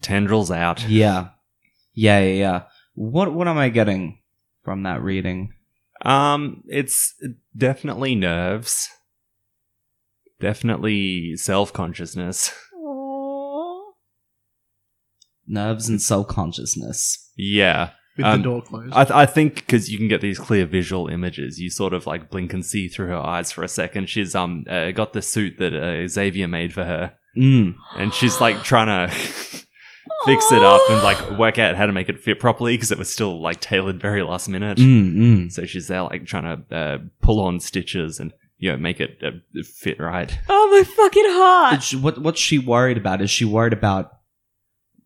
A: tendrils out.
B: Yeah, yeah, yeah, yeah. What, what am I getting from that reading?
A: Um, it's definitely nerves. Definitely self consciousness.
B: Nerves and self consciousness.
A: yeah.
C: with
A: Um,
C: the door closed.
A: I, th- I think because you can get these clear visual images, you sort of like blink and see through her eyes for a second. She's um uh, got the suit that uh, Xavier made for her,
B: Mm.
A: and she's like trying to *laughs* fix it up and like work out how to make it fit properly because it was still like tailored very last minute.
B: Mm, mm.
A: So she's there like trying to uh, pull on stitches and you know make it uh, fit right.
D: Oh my fucking
B: Did
D: heart!
B: she- what, what's she worried about? Is she worried about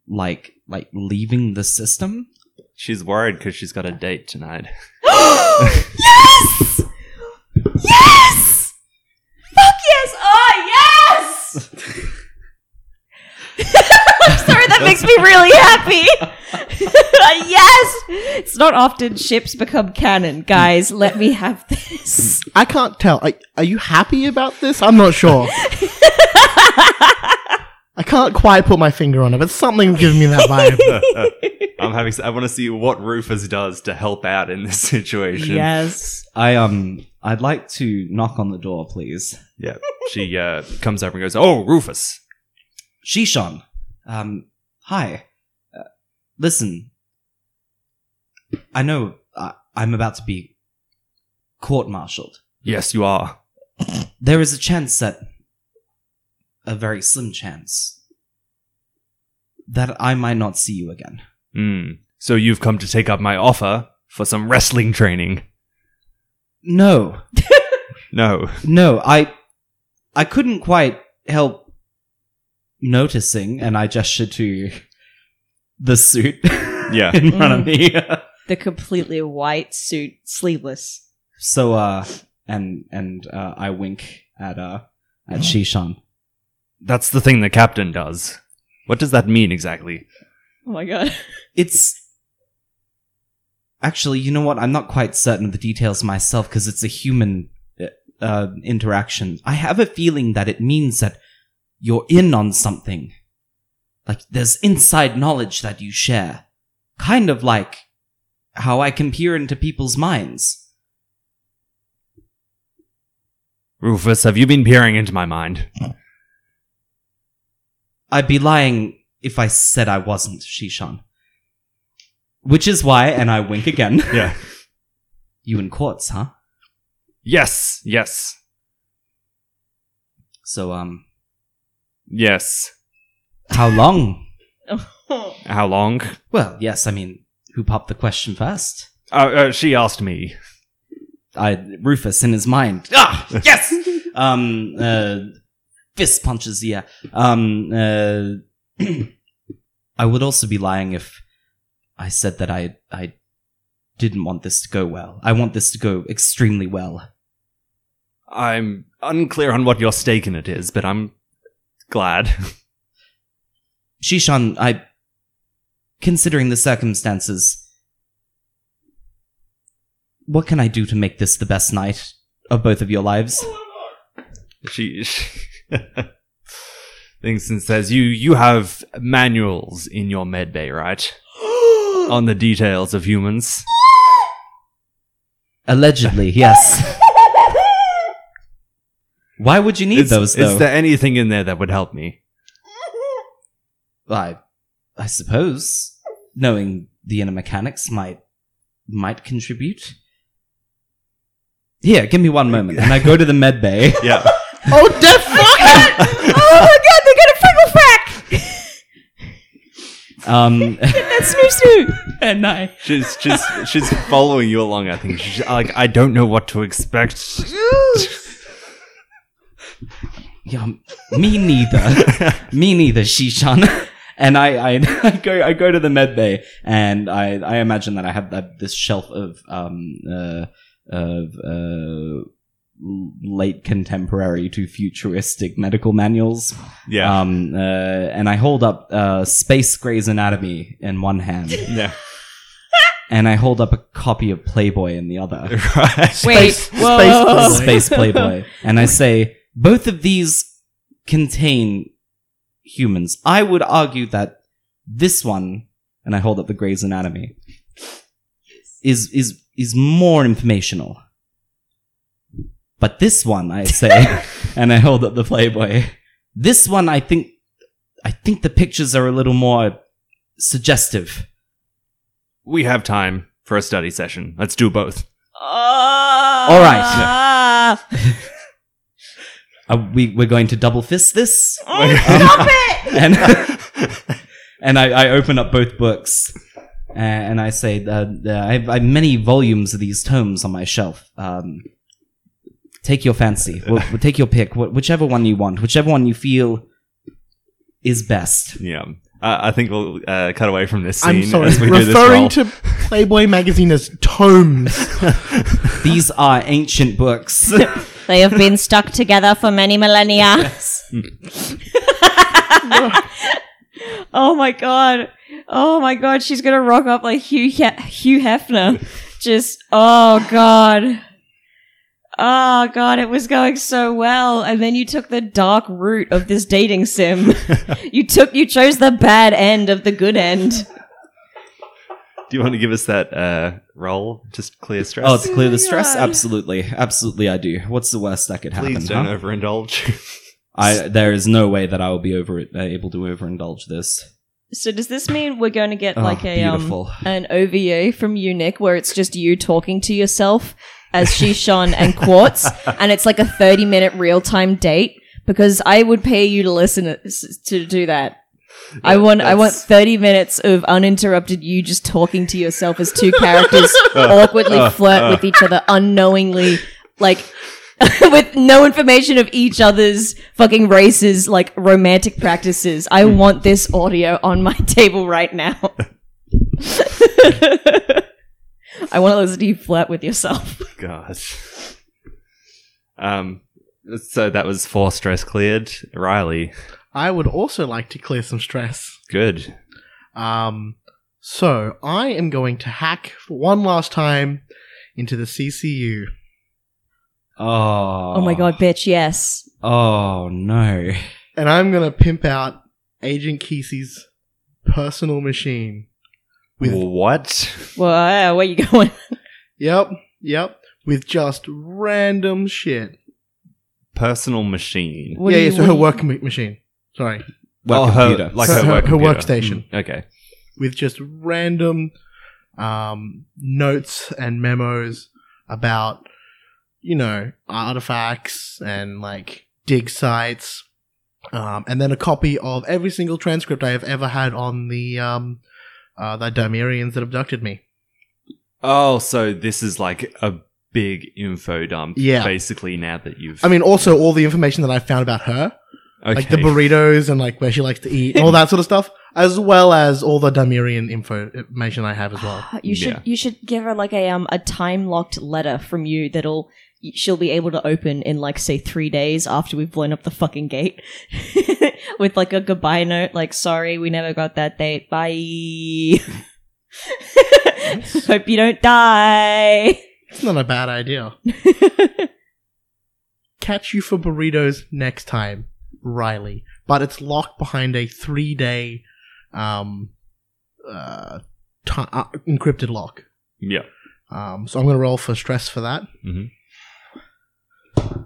B: like, like leaving the system?
A: She's worried because she's got a date tonight.
D: *gasps* yes, yes, fuck yes! Oh yes! *laughs* I'm sorry, that makes me really happy. *laughs* yes, it's not often ships become canon, guys. Let me have this.
C: I can't tell. I, are you happy about this? I'm not *laughs* sure. I can't quite put my finger on it, but something giving me that vibe.
D: *laughs*
A: I'm having. I want to see what Rufus does to help out in this *laughs* situation.
D: Yes.
B: I um I'd like to knock on the door, please.
A: Yeah. She uh, comes over and goes, "Oh, Rufus."
B: Shishan. Um hi. Uh, listen. I know I, I'm about to be court-martialed.
A: Yes, you are.
B: There is a chance that a very slim chance that I might not see you again.
A: Mm. So you've come to take up my offer for some wrestling training.
B: No,
A: No.
B: no, I, I couldn't quite help noticing, and I gestured to *laughs* the suit *laughs*
A: Yeah.
B: in front of me. *laughs*
F: The completely white suit, sleeveless.
B: so, uh, and and uh, I wink at uh at Shishan.
A: That's the thing the captain does. What does that mean exactly?
F: Oh my
D: *laughs*
F: god.
B: It's actually, you know what? I'm not quite certain of the details myself because it's a human uh, uh, interaction. I have a feeling that it means that you're in on something. Like there's inside knowledge that you share, kind of like how I can peer into people's minds.
A: Rufus, have you been peering into my mind?
B: I'd be lying if I said I wasn't, Shishan. Which is why, and I wink again.
A: *laughs*
B: *laughs*
A: Yeah.
B: you in quartz, huh?
A: Yes, yes,
B: So, um,
A: yes.
B: how long
A: How long?
B: Well, yes, I mean, who popped the question first?
A: Uh, uh, she asked me.
B: I Rufus in his mind. *laughs* Ah, yes. um, uh, fist punches the air. Um, uh, *clears throat* I would also be lying if I said that I I didn't want this to go well. I want this to go extremely well.
A: I'm unclear on what your stake in it is, but I'm glad. *laughs*
B: Shishan, I, considering the circumstances, what can I do to make this the best night of both of your *laughs* lives?
A: she, she *laughs* thinks and says, "You you have manuals in your med bay, *gasps* right? on the details of humans."
B: Allegedly, yes. Why would you need
A: Is-
B: those though?
A: Is there anything in there that would help me?
B: I, I suppose knowing the inner mechanics might might contribute. Here, give me one moment, and I go to the med bay.
A: Yeah.
C: *laughs* Oh, death fuck!
F: *laughs* oh my god, they got a freckle frack!
B: *laughs*
F: *laughs*
B: Um,
F: That's Snoo
B: *laughs*
F: Snoo! And I.
A: *laughs* She's she's she's following you along. I think she's like, I don't know what to expect.
B: yeah, me neither. me neither, Shishan. And I, I, I *laughs* go, I go to the med bay, and I, I imagine that I have that, this shelf of, um, uh, of, uh, late contemporary to futuristic medical manuals.
A: yeah.
B: Um, uh, and I hold up uh, Space Grey's Anatomy in one hand,
A: yeah.
B: and I hold up a copy of Playboy in the other.
A: Right.
F: *laughs* Wait, whoa.
C: *laughs* Playboy.
B: Space Playboy. And I say, both of these contain humans. I would argue that this one, and I hold up the Grey's Anatomy, is is is more informational. But this one, I say, and I hold up the Playboy. This one, I think, I think the pictures are a little more suggestive.
A: We have time for a study session. Let's do both.
F: All
B: right.
A: Ah.
B: *laughs* Are Uh, we we're going to double fist this.
A: Oh.
F: Stop it!
B: and *laughs* and I, I open up both books a- and I say, uh, uh, I, have, I have many volumes of these tomes on my shelf. Um, take your
A: *laughs*
B: fancy. We'll, we'll take your pick. Wh- whichever one you want. Whichever one you feel is
A: *laughs*
B: best.
A: Yeah. I I think we'll uh, cut away from this scene
C: I'm sorry,
A: as we do this
C: referring
A: roll.
C: to Playboy magazine as tomes.
A: *laughs*
B: These are ancient books.
F: They have been stuck together for many millennia. *laughs* oh my god. Oh my god, she's gonna rock up like Hugh he- Hugh Hefner. Just oh god. Oh god, it was going so well. And then you took the dark route of this dating sim. you took you chose the bad end of the good end.
A: Do you want to give us that uh, roll? Just clear stress.
B: oh, to clear the stress?
F: God.
B: Absolutely. Absolutely, I do. What's the worst that could happen?
A: please don't
B: huh?
A: overindulge. *laughs*
B: I, there is no way that I will be over uh, able to overindulge this.
F: So does this mean we're going to get
B: Oh,
F: like a um,
B: beautiful.
F: an OVA from you, Nick, where it's just you talking to yourself as Shishan and
B: *laughs*
F: Quartz, and it's like a thirty minute real time date? Because I would pay you uh, to listen to, to do that. I want I want
A: that's-
F: thirty minutes of uninterrupted you just talking to yourself as two characters
A: Uh,
F: awkwardly
A: uh,
F: flirt
A: uh.
F: with each other unknowingly, like *laughs* with no information of each other's fucking races, like romantic practices. I want this audio on my *laughs* table right now. *laughs* I want to listen to you flirt with yourself.
A: God. Um. So that was four stress cleared. Riley,
C: I would also like to clear some stress.
A: good.
C: Um, so I am going to hack for one last time into the CCU.
B: Oh.
F: Oh my god, bitch! Yes,
B: Oh no.
C: and I'm gonna pimp out Agent Kesey's personal machine. With
A: what?
F: well, uh, where you going?
C: yep, yep, with just random shit.
A: Personal machine.
F: What
C: yeah,
F: do
C: yeah.
F: you-
C: So
F: what
C: her
F: do you-
C: work ma- machine. Sorry,
B: Work
A: Oh, her-
B: computer.
A: like
B: *laughs*
C: her,
A: her work
C: her
A: computer. Hmm.
C: workstation
A: Okay.
C: with just random um, notes and memos about you know artifacts and like dig sites. Um, and then a copy of every single transcript I have ever had on the um, uh, the Dimerians that abducted me.
A: Oh, so this is like a big info dump.
C: Yeah.
A: Basically, now that you've.
C: I mean, also all the information that I found about her,
A: okay.
C: like the burritos and like where she likes to eat and all that sort of stuff, as well as all the Dumerian info information I have as well.
D: *sighs*
F: You should
A: Yeah.
F: you should give her like a um a time locked letter from you that'll she'll be able to open in like say three days after we've blown up the fucking gate *laughs* with like a goodbye note like sorry we never got that date bye *laughs* hope you don't die
C: It's not a bad idea. Catch you for burritos next time, Riley. But it's locked behind a three-day, um, uh, ti uh encrypted lock.
A: Yeah.
C: Um, so I'm gonna roll for stress for that.
A: Mhm.
C: Oh,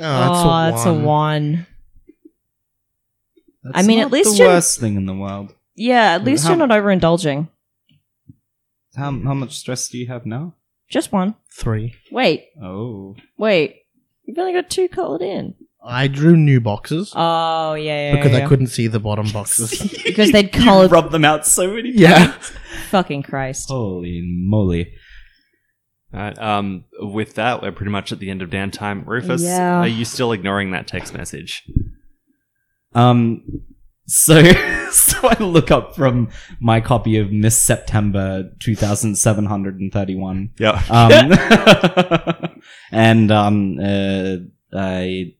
F: oh that's a
C: one.
F: one
B: That's
F: mean,
B: not
F: at least
B: the
F: you're-
B: worst thing in the world.
F: yeah at least
B: How-
F: you're not overindulging
B: How how much stress do you have
F: *laughs*
B: now?
F: just one
C: Three.
F: wait
B: Oh.
F: wait you've only got two colored in
C: I drew new boxes.
F: oh yeah, yeah
C: because
F: yeah,
C: I couldn't see the bottom
D: *laughs*
C: boxes.
F: because
B: *laughs*
F: they'd colored
B: Rub them out so many.
C: yeah.
F: fucking
B: Oh,
F: christ
B: Holy moly.
A: All right. Um, with that, we're pretty much at the end of downtime. Rufus,
F: Yeah.
A: are you still ignoring that text message?
B: Um, so *laughs* so I look up from my copy of Miss September two thousand seven hundred and thirty one.
A: Yeah.
B: *laughs* Um, and um, uh, I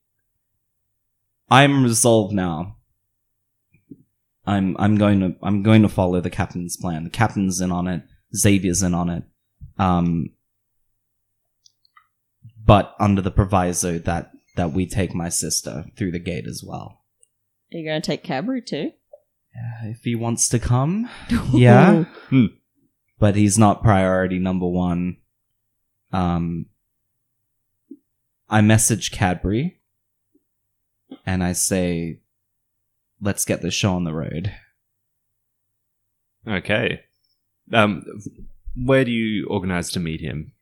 B: I'm resolved now. I'm I'm going to I'm going to follow the captain's plan. The captain's in on it. Xavier's in on it. Um, but under the proviso that that we take my sister through the gate as well.
F: Are you gonna take Cabru
D: *laughs*
F: too?
B: if he wants to come. Yeah.
A: Hmm.
B: But he's not priority number one. Um, I message Cadbury and I say, let's get the show on the road.
A: Okay. Um, where do you organize to meet him?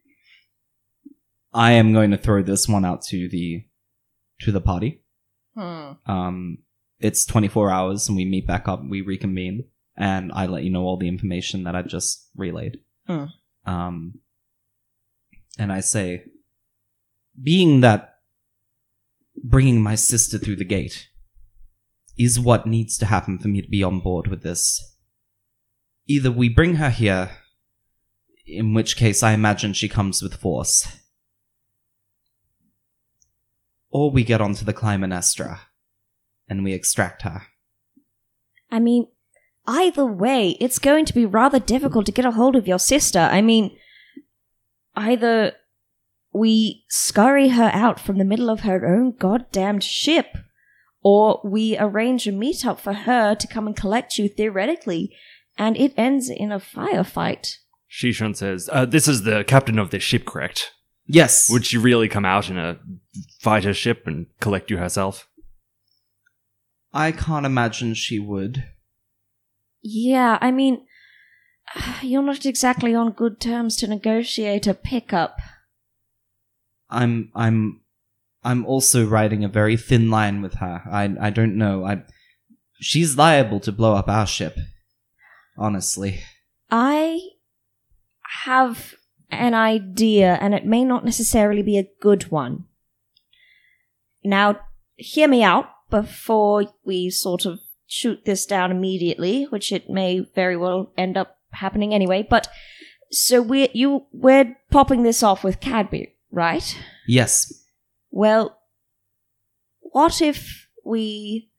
B: I am going to throw this one out to the, to the party.
F: Hmm.
B: Um, it's 24 hours and we meet back up, we reconvene, and I let you know all the information that I've just relayed.
F: Hmm.
B: Um, and I say, being that bringing my sister through the gate is what needs to happen for me to be on board with this. Either we bring her here, in which case I imagine she comes with force, or we get onto the Clymenestra and we extract her.
D: I mean, either way, it's going to be rather difficult to get a hold of your sister. I mean, either we scurry her out from the middle of her own goddamned ship, or we arrange a meetup for her to come and collect you theoretically, and it ends in a firefight.
A: Shishun says, uh, "This is the captain of this ship, correct?
B: Yes.
A: Would she really come out in a fighter ship and collect you herself?"
B: I can't imagine she would.
D: Yeah, I mean, *sighs* you're not exactly on good terms to negotiate a pickup.
B: I'm I'm I'm also riding a very thin line with her. I I don't know. I She's liable to blow up our ship. Honestly.
D: I have an idea, and it may not necessarily be a good one. Now, hear me out before we sort of shoot this down immediately, which it may very well end up happening anyway. But so we're you we're popping this off with Cadby, right?
B: Yes.
D: Well, what if we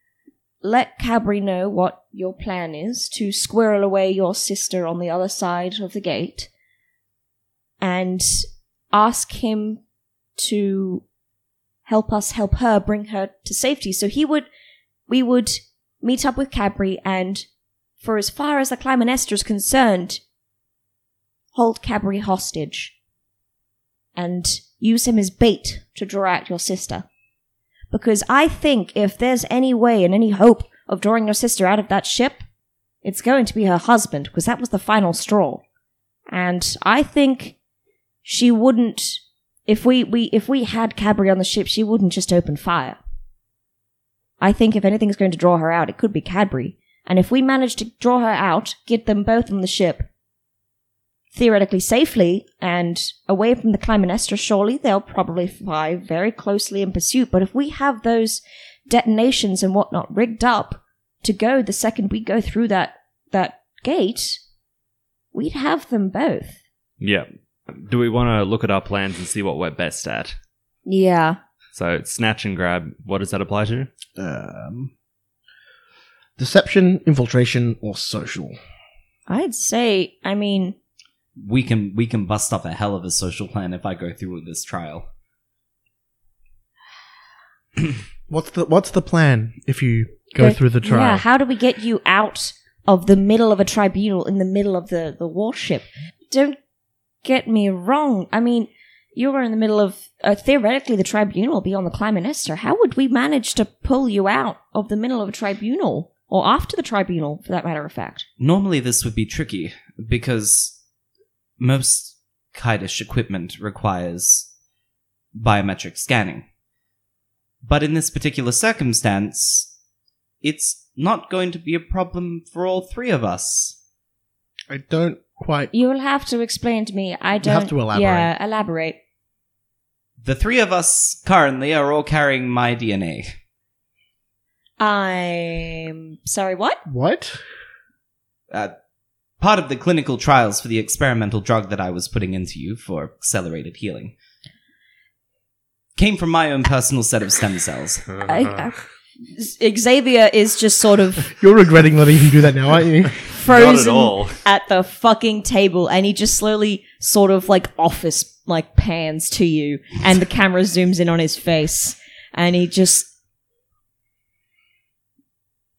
D: let Cadbury know what your plan is to squirrel away your sister on the other side of the gate and ask him to help us help her bring her to safety? So he would, we would meet up with Cadbury and, for as far as the Clymenestra is concerned, hold Cadbury hostage and use him as bait to draw out your sister. Because I think if there's any way and any hope of drawing your sister out of that ship, it's going to be her husband, because that was the final straw. And I think she wouldn't if we, we if we had Cadbury on the ship, she wouldn't just open fire. I think if anything's going to draw her out, it could be Cadbury. And if we manage to draw her out, get them both on the ship, theoretically safely and away from the Clymenestra, surely they'll probably fly very closely in pursuit. But if we have those detonations and whatnot rigged up to go the second we go through that that gate, we'd have them both.
A: Yeah. Do we want to look at our plans and see what we're best at?
D: Yeah.
A: So it's snatch and grab. What does that apply to?
C: Um, deception, infiltration, or social.
D: I'd say, I mean,
B: We can we can bust up a hell of a social plan if I go through with this trial.
C: What's the What's the plan if you go
D: Go-
C: through the trial?
D: yeah, how do we get you out of the middle of a tribunal in the middle of the, the warship? Don't get me wrong. I mean, you were in the middle of, uh, theoretically, the tribunal will be on the Clymenestra. How would we manage to pull you out of the middle of a tribunal? Or after the tribunal, for that matter of fact?
B: Normally this would be tricky because most Kaidish equipment requires biometric scanning. But in this particular circumstance, it's not going to be a problem for all three of us.
C: I don't quite.
D: You'll have to explain to me. I don't.
C: have to elaborate.
D: Yeah, elaborate.
B: The three of us currently are all carrying my DNA.
D: I'm sorry, what?
C: What?
B: uh, part of the clinical trials for the experimental drug that I was putting into you for accelerated healing came from my own personal set of stem cells.
C: Uh-huh.
D: I, I, Xavier is just
C: *laughs*
D: sort of
C: You're regretting letting him do that now, aren't
D: *laughs*
C: you?
A: Not at
D: frozen
A: all.
D: at the fucking table and he just slowly sort of like office like pans to you and the camera zooms in on his face and he just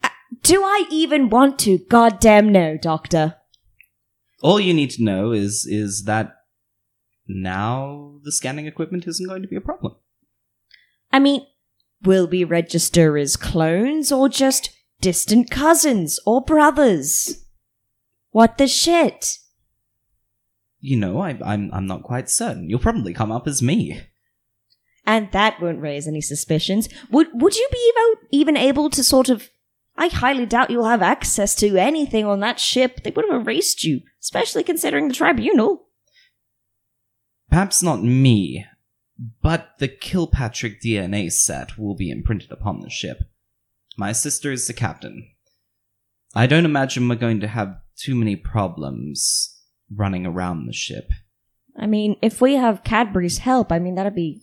D: Uh, do I even want to? Goddamn no, Doctor.
B: All you need to know is is that now the scanning equipment isn't going to be a problem.
D: I mean, will we register as clones or just distant cousins or brothers? What the shit?
B: You know, I, I'm I'm not quite certain. You'll probably come up as me.
D: and that won't raise any suspicions. Would would you be evo- even able to sort of? I highly doubt you'll have access to anything on that ship. They would have erased you, especially considering the tribunal.
B: Perhaps not me, but the Kilpatrick DNA set will be imprinted upon the ship. My sister is the captain. I don't imagine we're going to have too many problems running around the ship.
D: I mean, if we have Cadbury's help, I mean that'd be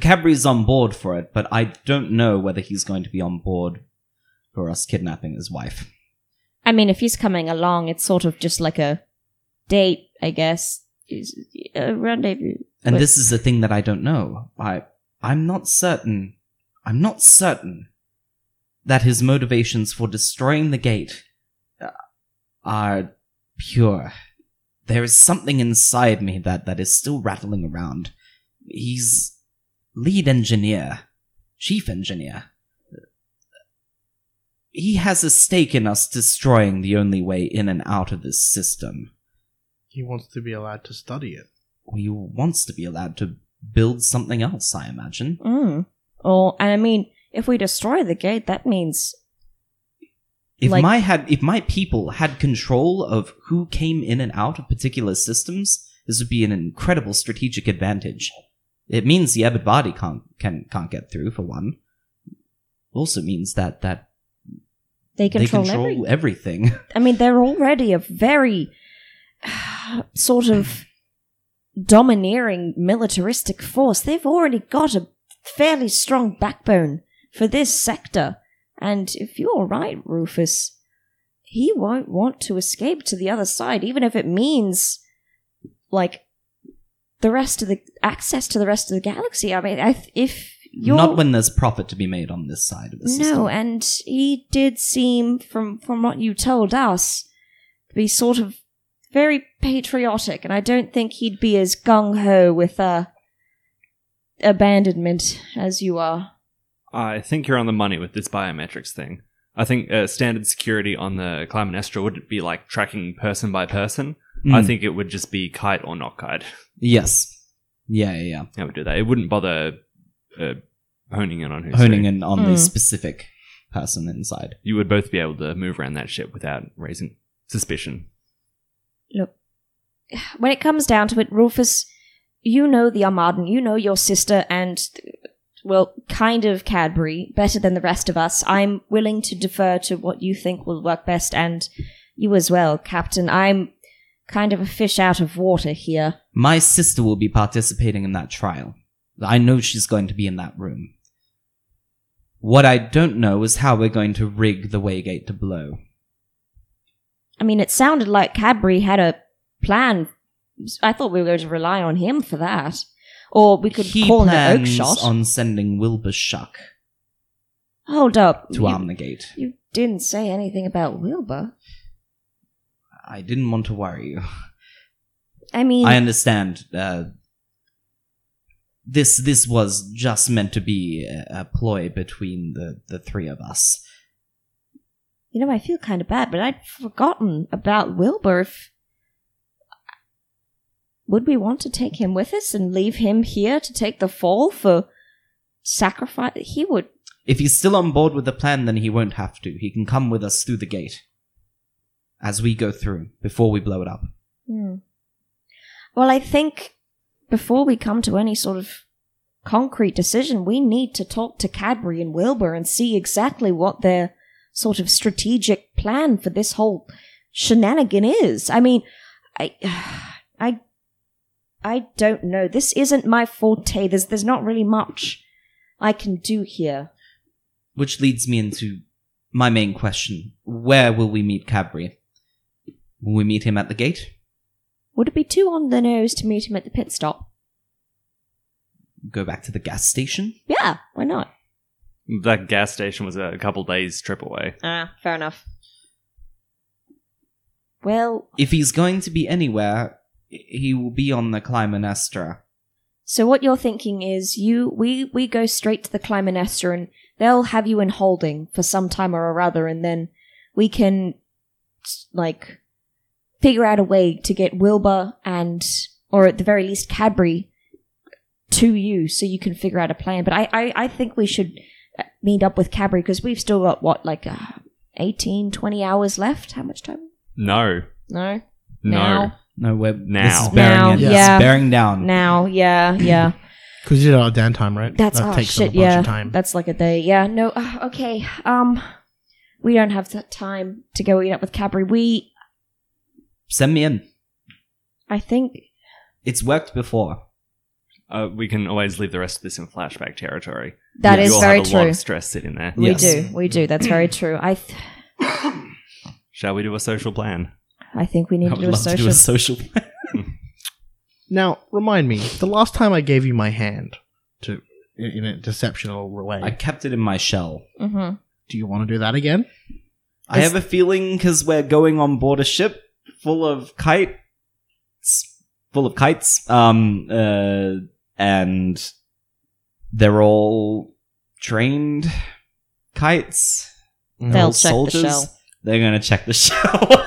B: Cadbury's on board for it, but I don't know whether he's going to be on board for us kidnapping his wife.
D: I mean, if he's coming along, it's sort of just like a date, I guess. Is- A rendezvous.
B: And
D: Wait.
B: this is the thing that I don't know. I I'm not certain. I'm not certain that his motivations for destroying the gate uh, are pure. There is something inside me that that is still rattling around. He's lead engineer, chief engineer. He has a stake in us destroying the only way in and out of this system
C: He wants to be allowed to study it.
B: he wants to be allowed to build something else, I imagine.
D: Mm. Or, and I mean, if we destroy the gate, that means
B: If
F: Like-
B: my had if my people had control of who came in and out of particular systems, this would be an incredible strategic advantage. It means the Abbot body can't can, can't get through for one. Also means that that
D: They control,
B: they
D: every.
B: control everything. *laughs*
D: I mean, they're already a very *sighs* sort of domineering militaristic force. They've already got a fairly strong backbone for this sector. And if you're right, Rufus, he won't want to escape to the other side, even if it means, like, the rest of the access to the rest of the galaxy. I mean, I th- if you're
B: Not when there's profit to be made on this side of the system.
D: no, and he did seem, from from what you told us, to be sort of very patriotic, and I don't think he'd be as gung ho with uh, abandonment as you are.
A: I think you're on the money with this biometrics thing. I think uh, standard security on the Climanestra wouldn't be like tracking person by person. I
B: Mm.
A: think it would just be kite or not kite.
B: Yes. Yeah, yeah, yeah.
A: That would do that. It wouldn't bother uh, honing in on who's
B: honing
A: who.
B: in on
D: Mm.
B: the specific person inside.
A: You would both be able to move around that ship without raising suspicion.
D: When it comes down to it, Rufus, you know the Armadan, you know your sister, and well, kind of Cadbury better than the rest of us. I'm willing to defer to what you think will work best, and you as well, Captain. I'm kind of a fish out of water here.
B: My sister will be participating in that trial. I know she's going to be in that room. What I don't know is how we're going to rig the Waygate to blow.
D: I mean, it sounded like Cadbury had a plan. I thought we were going to rely on him for that. Or we could
B: he
D: call him an oak
B: plans
D: shot.
B: on sending Wilbur Shuck
D: Hold up.
B: to
D: you,
B: arm the gate.
D: you didn't say anything about Wilbur.
B: I didn't want to worry you.
D: I mean,
B: I understand. Uh, this this was just meant to be a, a ploy between the, the three of us.
D: you know, I feel kind of bad, but I'd forgotten about Wilbur. If would we want to take him with us and leave him here to take the fall for sacrifice? He would.
B: If he's still on board with the plan, then he won't have to. He can come with us through the gate as we go through before we blow it up.
D: Hmm. Well, I think before we come to any sort of concrete decision, we need to talk to Cadbury and Wilbur and see exactly what their sort of strategic plan for this whole shenanigan is. I mean, I, *sighs* I, I don't know. This isn't my forte. There's there's not really much I can do here.
B: Which leads me into my main question: Where will we meet Cadbury? Will we meet him at the gate?
D: Would it be too on the nose to meet him at the pit stop?
B: Go back to the gas station?
D: Yeah, why not?
A: That gas station was a couple days trip away.
F: Ah, fair enough.
D: Well,
B: If he's going to be anywhere, he will be on the Climanestra.
D: So what you're thinking is you we we go straight to the Climanestra and they'll have you in holding for some time or other and then we can like figure out a way to get Wilbur and or at the very least Cadbury to you so you can figure out a plan. But I I, I think we should uh, meet up with Cadbury because we've still got what like uh, 18 20 hours left. How much time?
A: No.
D: No.
A: No.
D: Now.
B: No, we're
A: Now.
B: This is bearing
D: Now,
B: in. This is
D: yeah.
B: bearing down.
D: Now, yeah, yeah.
C: Because you did our downtime, right?
D: That's
C: that
D: oh,
C: takes
D: shit,
C: up a bunch
D: yeah.
C: of time.
D: That's like a day. Yeah, no. Uh, okay. Um we don't have that time to go eat up with Cadbury. We
B: Send me in.
D: I think
B: It's worked before.
A: Uh, we can always leave the rest of this in flashback territory.
D: that
A: You
D: is
A: all
D: very
A: have a lot
D: true.
A: of stress sitting there.
D: We
B: Yes.
D: do. We do. That's very true. I th-
A: Shall we do a social plan?
D: I think we need
B: I would
D: to do a
B: love to
D: social
B: do a
D: *laughs*
B: social.
C: Now, remind me, the last time I gave you my hand to in, in a deceptional way,
B: I kept it in my shell.
D: Mhm.
C: do you want to do that again?
B: I have a feeling because we're going on board a ship full of kites, full of kites, um, uh, and they're all trained kites. They're
F: They'll
B: all
F: check the shell.
B: They're gonna check the *laughs* shell.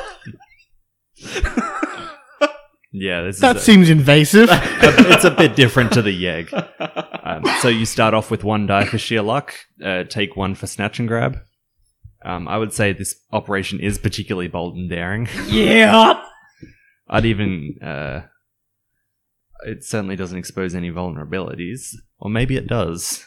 A: Yeah, this
C: That
A: is a,
C: seems *laughs* invasive.
A: *laughs* it's a bit different to the Yeg. uh, Um, so you start off with one die for sheer luck, uh, take one for snatch and grab, Um, I would say this operation is particularly bold and daring. *laughs*
F: Yeah.
A: I'd even. Uh, it certainly doesn't expose any vulnerabilities, or maybe it does.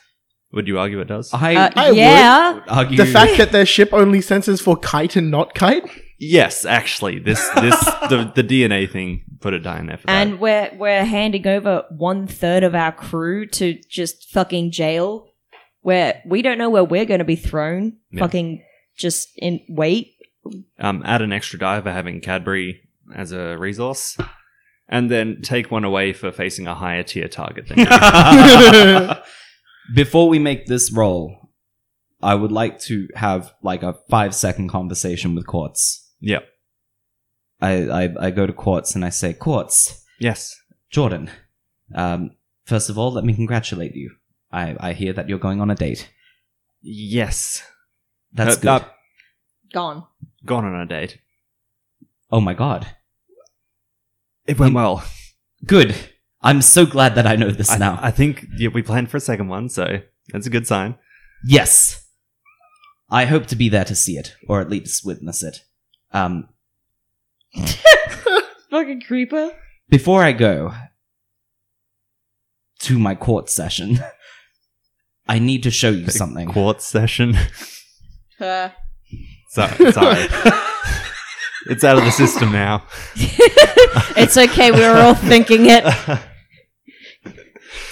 A: Would you argue it does?
B: I
F: Uh,
C: I would.
F: yeah.
B: argue
C: The fact that their ship only senses for kite and not kite.
A: yes, actually, this
F: *laughs*
A: this the, the DNA thing put a dime there for that.
F: And we're we're handing over one third of our crew to just fucking jail, where we don't know where we're going to be thrown.
A: Yeah.
F: Fucking just in wait.
A: um, add an extra die for having Cadbury as a resource, and then take one away for facing a higher tier target than you.
B: *laughs* Before we make this roll, I would like to have like a five second conversation with Quartz.
A: Yep.
B: I, I, I go to Quartz and I say, Quartz,
A: yes.
B: Jordan, um, first of all, let me congratulate you. I, I hear that you're going on a date.
A: Yes.
B: That's
A: Uh,
B: good.
A: uh,
D: *laughs*
F: Gone.
A: Gone on a date.
B: oh my god.
A: It went well.
B: Good. I'm so glad that I know this
A: I,
B: now.
A: I think yeah, we planned for a second one, so that's a good sign.
B: Yes. I hope to be there to see it, or at least witness it. Um,
F: Fucking creeper.
B: before I go to my court session, *laughs* I need to show you something.
A: Quartz
B: *laughs*
A: session.
F: Uh,
A: so, sorry. it's out of the system now. *laughs*
F: it's okay. We were all thinking it.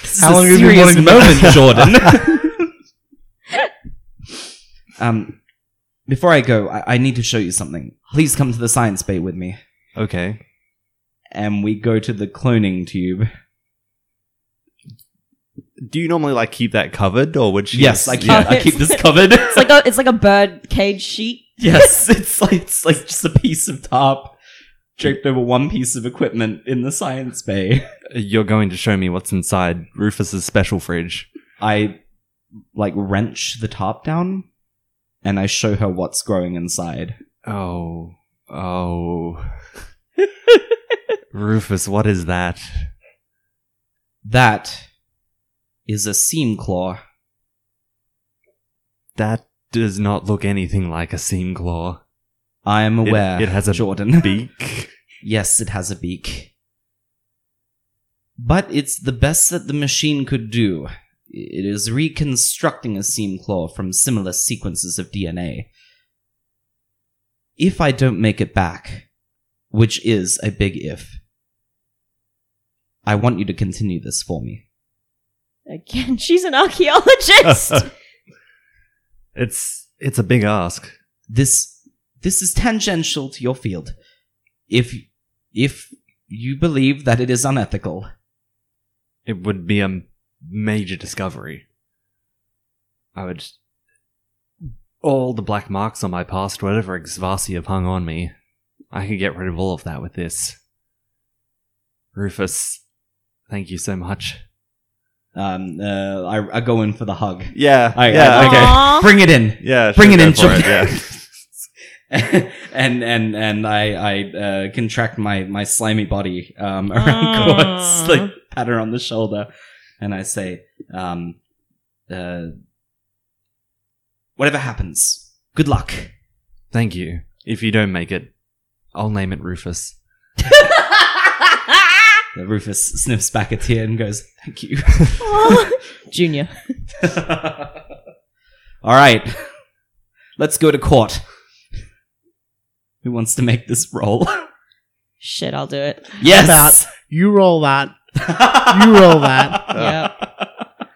B: This is
C: How
B: a
C: long have you been
B: serious
C: wanting to know
B: moment, Jordan.
C: *laughs*
B: um, before I go, I-, I need to show you something. Please come to the science bay with me,
A: Okay.
B: and we go to the cloning tube.
A: Do you normally like keep that covered, or would she?
B: yes, I keep,
A: Yeah.
B: I keep this covered.
F: It's like a it's like a bird cage sheet.
B: *laughs* Yes, it's like it's like just a piece of tarp draped over one piece of equipment in the science bay.
A: You're going to show me what's inside Rufus's special fridge.
B: I like wrench the tarp down and I show her what's growing inside.
A: Oh, *laughs* oh. Rufus, what is that?
B: That is a seam claw.
A: That does not look anything like a seam claw.
B: I am
A: It-
B: aware.
A: it has a
B: Jordan.
A: Beak.
B: *laughs* Yes, it has a beak. But it's the best that the machine could do. It is reconstructing a seam claw from similar sequences of DNA. If I don't make it back, which is a big if, I want you to continue this for me.
F: Again, *laughs* she's an
B: *laughs*
F: archaeologist.
A: it's it's a big ask.
B: This this is tangential to your field. If if you believe that it is unethical,
A: It would be a major discovery. I would all the black marks on my past, whatever Xvasi have hung on me, I could get rid of all of that with this. Rufus, thank you so much.
B: um, uh, I, I go in for the hug.
A: Yeah.
B: I- I- okay.
F: Aw.
B: Bring it in.
A: Yeah,
B: Bring
A: sure,
B: it
A: go
B: in,
A: for
B: Jordan. *laughs*
A: yeah.
B: and and and I I uh, contract my my slimy body um, around
F: Aw.
B: Quartz, like pat her on the shoulder, and I say, um, uh, "Whatever happens, good luck."
A: Thank you. If you don't make it, I'll name it Rufus.
B: Uh, Rufus sniffs back a tear and goes, "Thank you."
F: Junior.
B: *laughs* All right, let's go to court. Who wants to make this
C: *laughs*
B: roll?
F: Shit, I'll do it.
B: yes,
C: You roll that.
B: *laughs*
C: You roll
A: *laughs*
C: that.
B: Ah,
F: Yeah.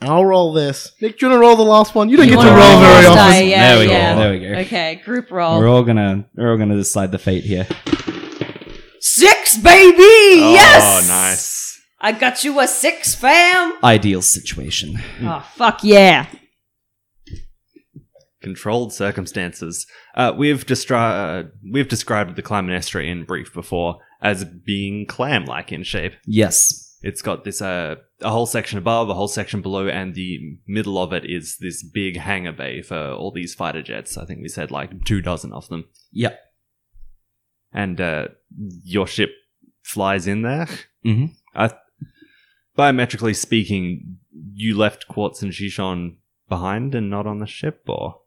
C: I'll roll this. Nick, do you want to roll the last one? You don't
F: You
C: get to
F: wanna
C: roll
F: roll
C: very
F: last
C: often.
F: die, yeah,
B: there we
F: yeah.
B: go. There we go.
F: Okay, group roll.
B: We're all gonna we're all gonna decide the fate here.
F: Six, baby! yes!
A: Oh, nice.
F: I got you a six, fam!
B: Ideal situation.
C: Mm.
F: Oh, fuck yeah.
A: Controlled circumstances. Uh, we've, destri- uh, we've described the Climanestra in brief before as being clam like in shape.
B: Yes.
A: It's got this uh, a whole section above, a whole section below, and the middle of it is this big hangar bay for all these fighter jets. I think we said like two dozen of them.
B: Yep.
A: and uh, your ship flies in there.
B: Mhm.
A: I, biometrically speaking, you left Quartz and Shishon behind and not on the ship, or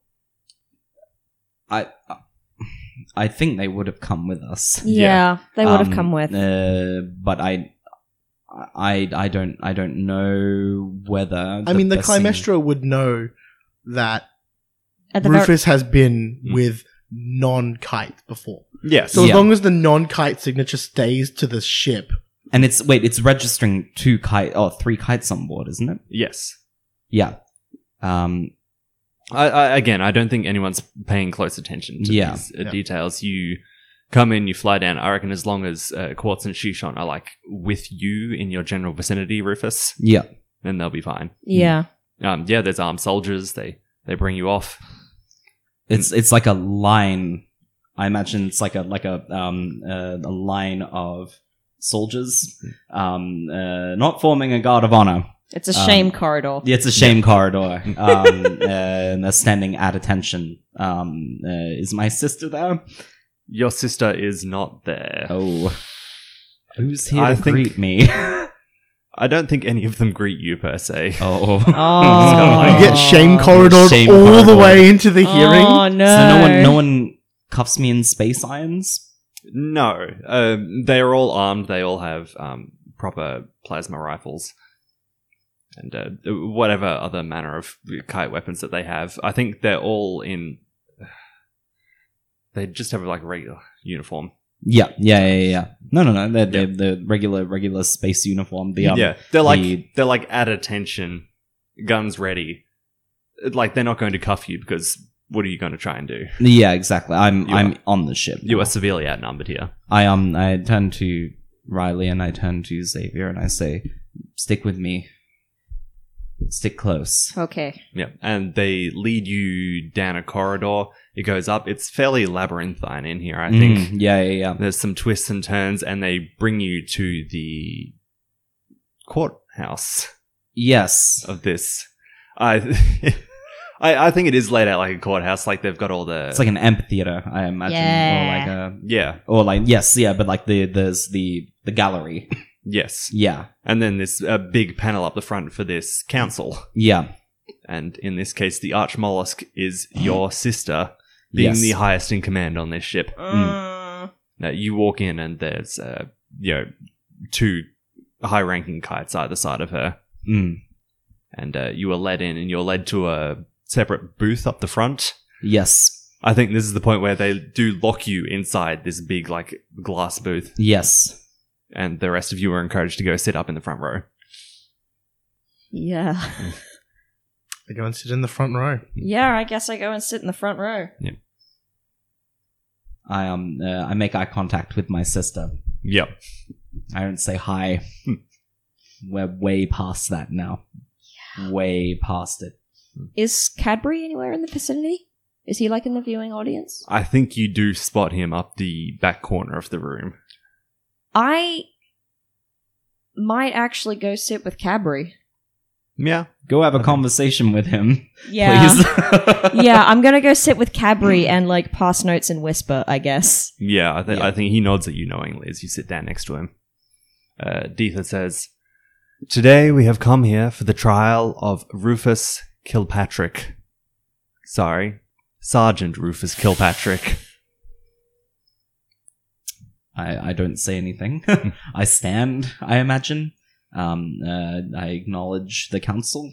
B: I, I think they would have come with us.
A: Yeah.
F: Yeah, they would have
B: Um,
F: come with.
B: Uh, but I, I, I don't, I don't know whether.
C: I mean, the
B: best thing-
C: Climestro would know that
F: At the very,
C: Rufus has been
A: Mm.
C: with non kite before.
A: Yes.
C: So as
B: Yeah.
C: long as the non kite signature stays to the ship,
B: and it's wait, it's registering two kite or three kites on board, isn't it?
A: yes.
B: Yeah. Um.
A: I, I, again, I don't think anyone's paying close attention to
B: Yeah.
A: these uh,
C: Yeah.
A: details. You come in, you fly down. I reckon as long as uh, Quartz and Shishon are like with you in your general vicinity, Rufus,
B: Yeah.
A: then they'll be fine.
F: yeah,
A: Um, yeah, there's armed soldiers. They they bring you off.
B: It's it's like a line. I imagine it's like a like a um uh, a line of soldiers, um uh, not forming a guard of honor.
F: it's a
B: Um,
F: shame corridor.
B: It's a shame corridor. Um, uh, and they're standing at attention. Um, uh, is my sister there?
A: Your sister is not there.
B: Oh, who's here
A: I
B: to
A: think-
B: greet me?
A: I don't think any of them greet you per se.
B: oh, *laughs*
F: Oh.
C: you get shame
F: Oh,
C: corridors
B: shame
C: all the
B: corridor.
C: way into the hearing.
F: Oh no!
B: so no one, no one cuffs me in space irons.
A: No, um, they are all armed. They all have um, proper plasma rifles and uh, whatever other manner of kite weapons that they have. I think they're all in. *sighs* They just have like regular uniform.
B: Yeah, yeah, yeah, yeah, yeah. No, no, no. They're, they're the regular, regular space uniform. The um,
A: yeah, they're like
B: the-
A: they're like at attention, guns ready. Like they're not going to cuff you because what are you going to try and do?
B: yeah, exactly. I'm,
A: You
B: I'm on the ship.
A: You are severely outnumbered here.
B: I um I turn to Riley and I turn to Xavier and I say, "Stick with me. Stick close."
F: Okay.
A: Yeah, and they lead you down a corridor. It goes up. It's fairly labyrinthine in here, I think.
B: Mm, yeah, yeah, yeah.
A: There's some twists and turns, and they bring you to the courthouse
B: Yes.
A: of this. I, *laughs* I, I think it is laid out like a courthouse. Like they've got all the
B: It's like an amphitheater, I imagine.
F: Yeah.
B: Or like a
A: yeah,
B: or like yes, yeah, but like the there's the the gallery.
A: yes,
B: Yeah.
A: and then this a big panel up the front for this council,
B: Yeah.
A: and in this case, the arch mollusk is your sister, being
B: yes.
A: the highest in command on this ship.
B: Hmm.
F: Mm.
A: Now you walk in, and there's uh, you know two high-ranking kites either side of her.
B: Mm,
A: and uh, you are led in and you're led to a separate booth up the front.
B: yes.
A: I think this is the point where they do lock you inside this big like glass booth,
B: Yes.
A: and the rest of you are encouraged to go sit up in the front row.
F: Yeah.
C: They go and sit in the front row.
F: Yeah, I guess I go and sit in the front row.
B: I um uh, I make eye contact with my sister.
A: Yep.
B: I don't say hi. *laughs*
A: Hmm.
B: We're way past that now. Way past it.
F: Is Cadbury anywhere in the vicinity? Is he like in the viewing audience?
A: I think you do spot him up the back corner of the room.
F: I might actually go sit with Cadbury.
A: Yeah.
B: Go have a conversation with him, *laughs*
F: Yeah.
B: please.
F: yeah, I'm gonna go sit with Cadbury and like pass notes and whisper, I guess.
A: Yeah, I, th-
B: Yeah.
A: I think he nods at you knowingly as you sit down next to him. Uh, Deetha says, Today we have come here for the trial of Rufus Kilpatrick. Sorry, Sergeant Rufus Kilpatrick.
B: I, I don't say anything. *laughs* I stand, I imagine. Um, uh, I acknowledge the council,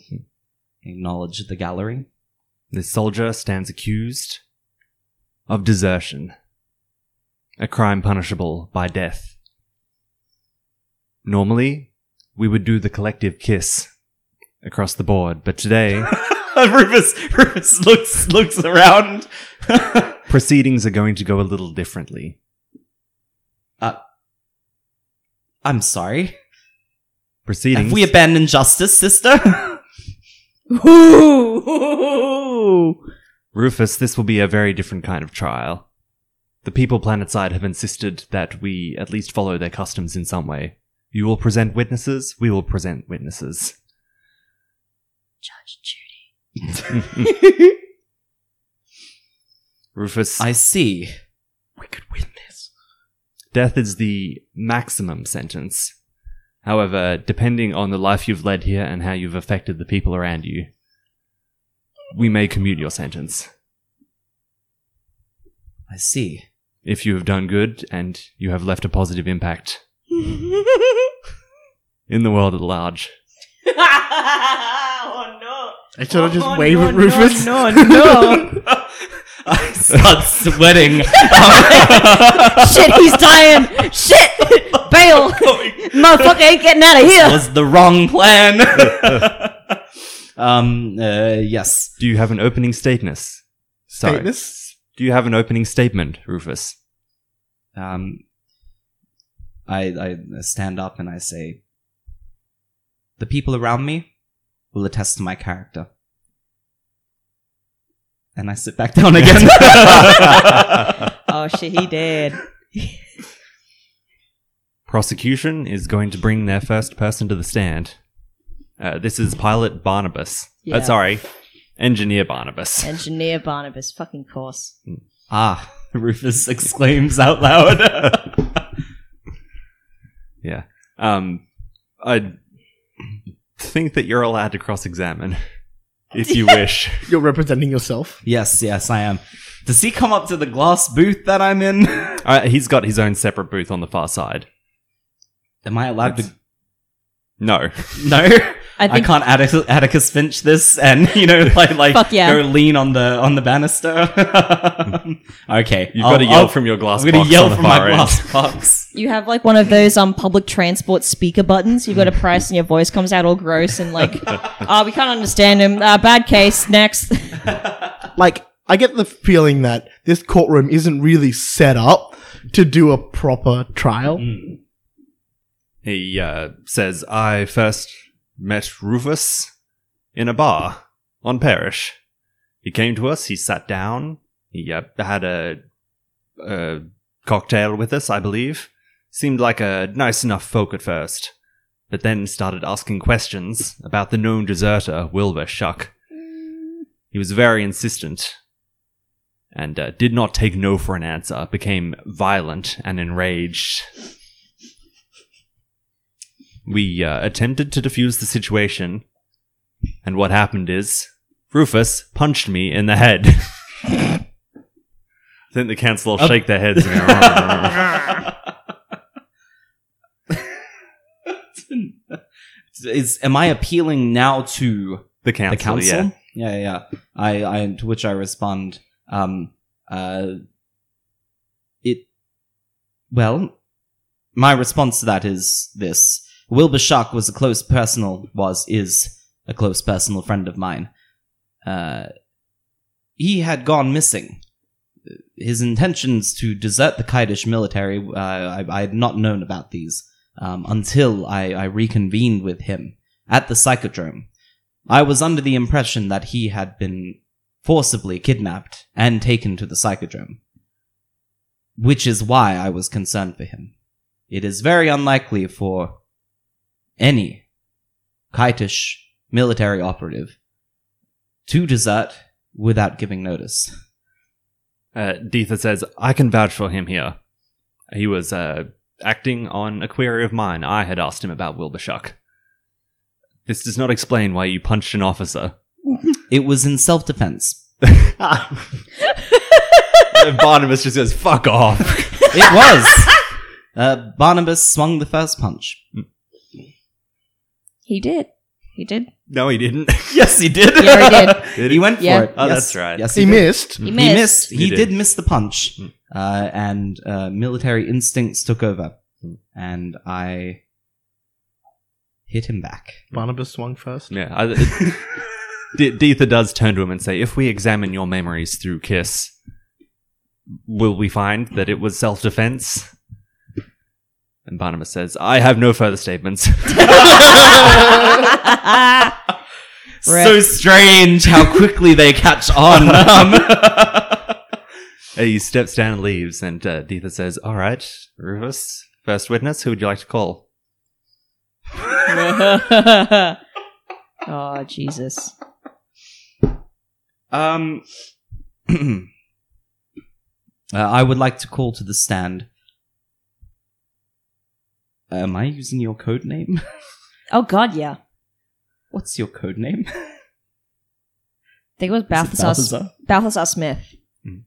B: acknowledge the gallery. *laughs*
A: This soldier stands accused of desertion, a crime punishable by death. Normally, we would do the collective kiss across the board, but today.
B: Rufus, Rufus looks looks around. *laughs*
A: proceedings are going to go a little differently.
B: I'm sorry.
A: Proceedings.
B: Have we abandoned justice, sister? *laughs*
F: Ooh.
A: Rufus, this will be a very different kind of trial. The people planetside have insisted that we at least follow their customs in some way. You will present witnesses, we will present witnesses. Judge Judy. *laughs* Rufus,
B: I see.
C: We could win this.
A: death is the maximum sentence. However, depending on the life you've led here and how you've affected the people around you, we may commute your sentence.
B: I see.
A: if you have done good and you have left a positive impact in the world at large.
F: oh no!
C: I sort of just
F: Oh,
C: wave
F: no,
C: at Rufus.
F: No, no,
C: *laughs*
F: no.
B: *laughs* I start sweating.
F: Shit, he's dying. Shit, bail. Motherfucker ain't getting out of
B: *laughs*
F: here.
B: was the wrong plan. *laughs* um. Uh, yes.
A: Do you have an opening stateness? Sorry.
C: Stateness?
A: Do you have an opening statement, Rufus?
B: Um. I I stand up and I say, the people around me will attest to my character. And I sit back down
C: *laughs*
B: again. *laughs*
F: Oh shit, he did.
A: Prosecution is going to bring their first person to the stand. Uh, this is Pilot Barnabas. Uh,
F: Yeah.
A: sorry, Engineer Barnabas.
F: Engineer Barnabas, fucking course.
B: ah! Rufus exclaims out loud. *laughs*
A: Um, I think that you're allowed to cross-examine if you wish.
C: You're representing yourself.
B: Yes, yes, I am. Does he come up to the glass booth that I'm in? *laughs*
A: Uh, he's got his own separate booth on the far side.
B: am I allowed to?
A: No.
B: No, *laughs*
F: I
B: I
F: think
B: can't Atticus, Atticus Finch this, and *laughs* you know, like, like,
F: Fuck yeah.
B: go lean on the on the banister. *laughs* okay,
A: You've
B: I'll-
A: got to yell
B: I'll-
A: from your glass
B: I'm
A: box.
B: gonna yell
A: on the
B: from my
A: far end. *laughs*
B: glass box. *laughs*
F: you have like one of those um public transport speaker buttons. You've got a price, and your voice comes out all gross and
B: *laughs*
F: like, oh, we can't understand him. Uh, bad case. Next.
C: Like, I get the feeling that this courtroom isn't really set up to do a proper trial.
F: Mm.
A: He uh, says, I first met Rufus in a bar on Parish. He came to us, he sat down, he uh, had a, a cocktail with us, I believe. Seemed like a nice enough folk at first, but then started asking questions about the known deserter, Wilbur Shuck. He was very insistent and uh, did not take no for an answer, became violent and enraged. We uh, attempted to defuse the situation, and what happened is Rufus punched me in the head. *laughs* then the council all shake their heads. and go,
B: *laughs* Is am I appealing now to
A: the council,
B: the council?
A: yeah.
B: yeah, yeah. yeah. I, I to which I respond, um, uh, it. Well, my response to that is this: Wilbur Shock was a close personal, was is a close personal friend of mine. Uh, he had gone missing. His intentions to desert the Kaidish military, uh, I, I had not known about these um, until I, I reconvened with him at the psychodrome. I was under the impression that he had been forcibly kidnapped and taken to the psychodrome, which is why I was concerned for him. It is very unlikely for any Kaitish military operative to desert without giving notice.
A: Uh, Deetha says, I can vouch for him here. He was uh, acting on a query of mine. I had asked him about Wilbur Shuck. This does not explain why you punched an *laughs* officer.
B: It was in self defense.
A: And Barnabas just goes, fuck off.
B: It was! Uh, Barnabas swung the first punch.
D: He did.
F: *laughs* He did.
A: *laughs* No, he *laughs* didn't.
B: Yes, he did.
F: Yeah, he did.
A: Did
B: he went
F: Yeah.
B: for it.
A: Oh,
B: Yes.
A: that's right.
B: Yes,
C: He missed.
F: *laughs* He
B: He
F: missed.
B: missed. He,
A: He
B: did.
A: did.
B: miss the punch,
A: Mm.
B: uh, and uh, military instincts took over,
A: Mm.
B: and I hit him back.
C: Barnabas swung first.
A: Yeah. *laughs* I, it- D- Deetha does turn to him and say, If we examine your memories through Kiss, will we find that it was self defense? And Barnabas says, I have no further statements.
B: So strange *laughs* how quickly they catch on.
A: *laughs*
B: Um,
A: he steps down and leaves, and uh, Deetha says, All right, Rufus, first witness, who would you like to call?
F: *laughs* oh Jesus.
B: um, *clears throat* uh, I would like to call to the stand. Am I using your code name? *laughs*
F: Oh God, yeah. I
B: What's your code name?
F: think it was Balthasar. Balthasar Smith.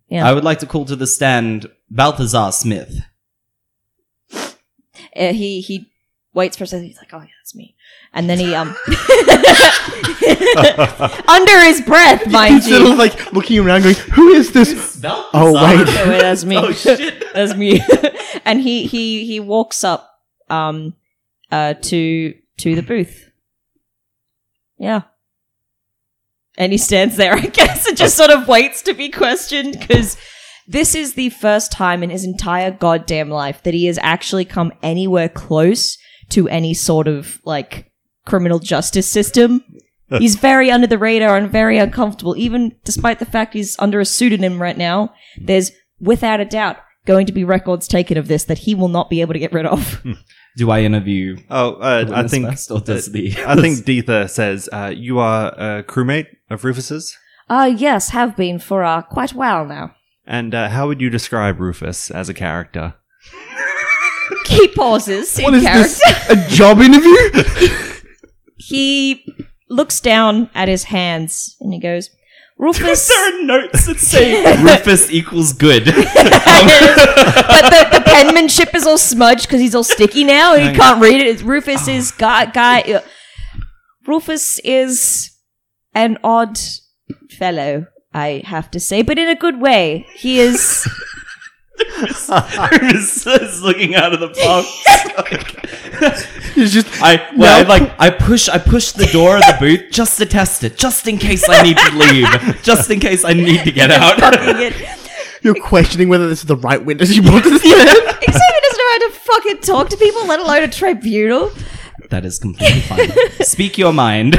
F: Yeah.
B: Hmm. I would like to call to the stand Balthazar Smith.
F: Uh, he he waits for a second. He's like, "Oh yeah, that's me," and then he
B: *laughs*
F: um *laughs* under his *laughs* breath, mind
C: He's sort
F: you.
C: of like looking around, going, "Who is this?" Oh, wait.
F: Oh, wait,
B: *laughs*
F: that's me.
B: oh shit!
F: *laughs* That's me. and he he he walks up um uh to to the booth. Yeah. And he stands there, I guess, and just sort of waits to be questioned because this is the first time in his entire goddamn life that he has actually come anywhere close to any sort of like criminal justice
B: *laughs*
F: system. He's very under the radar and very uncomfortable, even despite the fact he's under a pseudonym right now. There's without a doubt going to be records taken of this that he will not be able to get rid of.
C: Hmm.
D: *laughs*
B: Do I interview?
A: Oh, uh,
B: the
A: I
B: witness
A: think
B: first, or does
A: uh,
B: the-
A: *laughs*
B: *laughs*
A: I think Deetha says uh, you are a crewmate of Rufus's,
D: Uh, yes, have been for uh, quite a while now.
A: and uh, how would you describe Rufus as a character?
F: *laughs* he pauses in
C: What is
F: character.
C: this? A job interview?
F: *laughs* He looks down at his hands and he goes,
C: *laughs*
F: Rufus.
B: There are notes *laughs* that say Rufus equals *laughs*
F: *laughs*
B: good.
F: but the, the penmanship is all smudged because he's all sticky now and he can't read it. It's
C: Ah.
F: Rufus is guy, guy. uh, Rufus is an odd fellow, I have to say, but in a good way. He is.
C: *laughs*
B: Rufus is looking out of the *laughs* box.
C: It's just
B: I well,
C: No.
B: I, like I push I push the door of the booth just to test it, just in case I need to *laughs* leave, just in case I need to get *laughs* out.
F: fucking it.
C: you're questioning whether this is the right witness you brought to the stand.
F: Except he doesn't know how to fucking talk to people, let alone a tribunal.
B: that is completely fine. Speak your mind.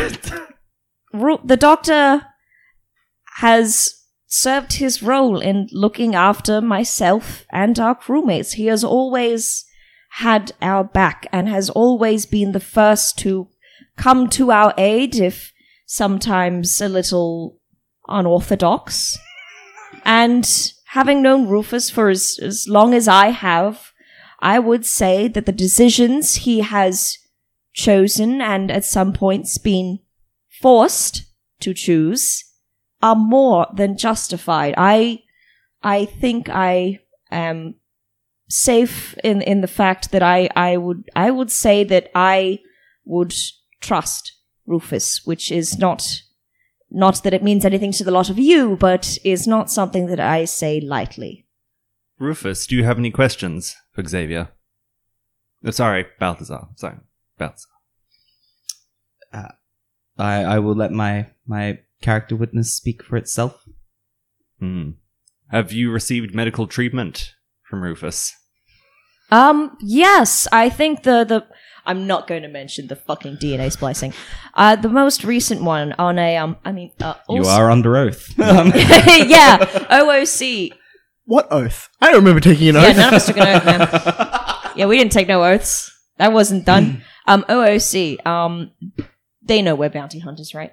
D: Ru- the doctor has served his role in looking after myself and our crewmates. He has always had our back and has always been the first to come to our aid if sometimes a little unorthodox. And having known Rufus for as, as long as I have, I would say that the decisions he has chosen and at some points been forced to choose are more than justified. I I think I am safe in, in the fact that I, I would I would say that I would trust Rufus, which is not not that it means anything to the lot of you, but is not something that I say lightly.
A: Rufus, do you have any questions for Xavier? Oh, sorry, Balthazar. Sorry, Balthazar.
B: *laughs* I, I will let my my character witness speak for itself.
A: Hmm. Have you received medical treatment from Rufus?
D: Um yes, I think the, the
F: I'm not going to mention the fucking DNA splicing.
D: uh the most recent one on a um I mean uh,
B: You
D: also-
B: are under *laughs* oath. Um,
F: *laughs* yeah, OOC.
C: What oath? I don't remember taking an
F: Yeah,
C: oath.
F: none of us took an oath, man. Yeah, we didn't take no oaths. That wasn't done. Um, OOC. Um, they know we're bounty hunters, right?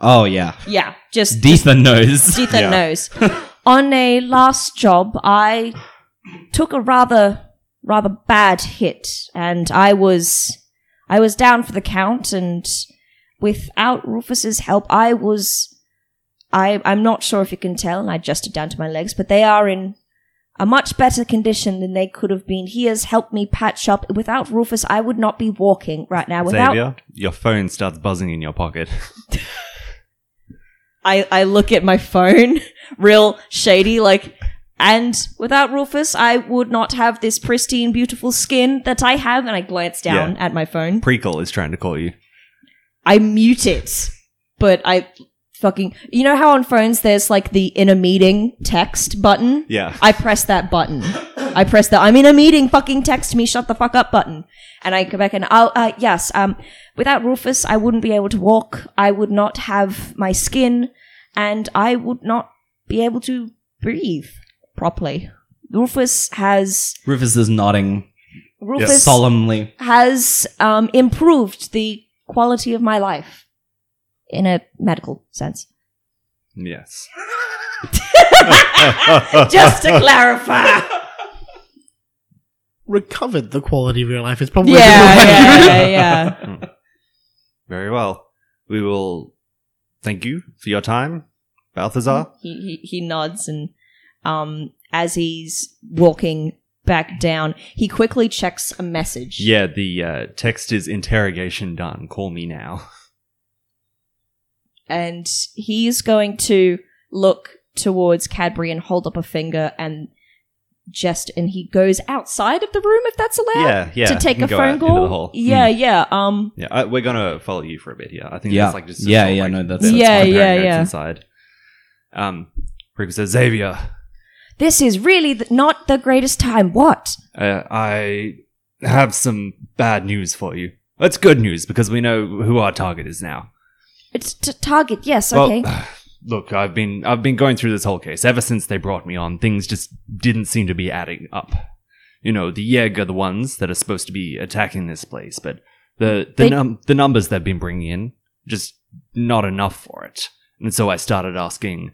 B: oh yeah,
F: Yeah, just
B: Deetha knows.
F: Deetha knows.
D: *laughs* on a last job, I took a rather rather bad hit, and I was I was down for the count, and without Rufus's help, I was I I'm not sure if you can tell, and I adjusted down to my legs, but they are in a much better condition than they could have been. He has helped me patch up. Without Rufus, I would not be walking right now. Without
A: Xavier, your phone starts buzzing in your pocket. *laughs*
F: I, I look at my phone, *laughs* real shady, like,
D: and without Rufus, I would not have this pristine, beautiful skin that I have. And I glance down.
F: down at my phone.
A: Prequel is trying to call you.
F: I mute it, but I fucking. You know how on phones there's like the in a meeting text button?
A: Yeah.
F: I press that button. I press the I'm in a meeting, fucking text me, shut the fuck up button.
D: and I go back and I'll, uh, yes, um, without Rufus, I wouldn't be able to walk. I would not have my skin and I would not be able to breathe properly. Rufus has,
B: Rufus is nodding
D: Rufus
B: solemnly.
D: has, um, improved the quality of my life in a medical sense.
A: *laughs* Yes.
F: Just to clarify.
C: Recovered the quality of your life is probably
F: Yeah,
C: the
F: yeah, yeah,
C: right
F: yeah.
A: Very well. We will thank you for your time, Balthazar.
F: He, he, he nods and um, as he's walking back down, he quickly checks a message.
A: Yeah, the uh, text is interrogation done. Call me
F: *laughs*
A: now.
F: and he's going to look towards Cadbury and hold up a finger and just and he goes outside of the room if that's allowed
A: yeah, yeah.
F: to take
A: you
F: a
A: can go
F: phone
A: out into the
F: call.
A: hall. Mm. Hmm.
F: Yeah, yeah. Um,
A: Yeah, I, we're gonna follow you for a bit here. I think
B: Yeah.
A: that's like just
B: Yeah,
A: sort of
B: yeah,
A: like
B: no, that's-
A: the
F: Yeah,
A: comparing
F: yeah,
A: notes
F: yeah.
A: Inside, um, Reaper says, Xavier,
D: This is really th- not the greatest time. What?
A: uh, I have some bad news for you. That's good news because we know who our target is now.
D: It's t- target. Yes.
A: Well,
D: Okay.
A: *sighs* Look, I've been I've been going through this whole case ever since they brought me on. Things just didn't seem to be adding up. You know, the Yeg are the ones that are supposed to be attacking this place, but the the
D: They-
A: num- the numbers they've been bringing in just not enough for it. And so I started asking,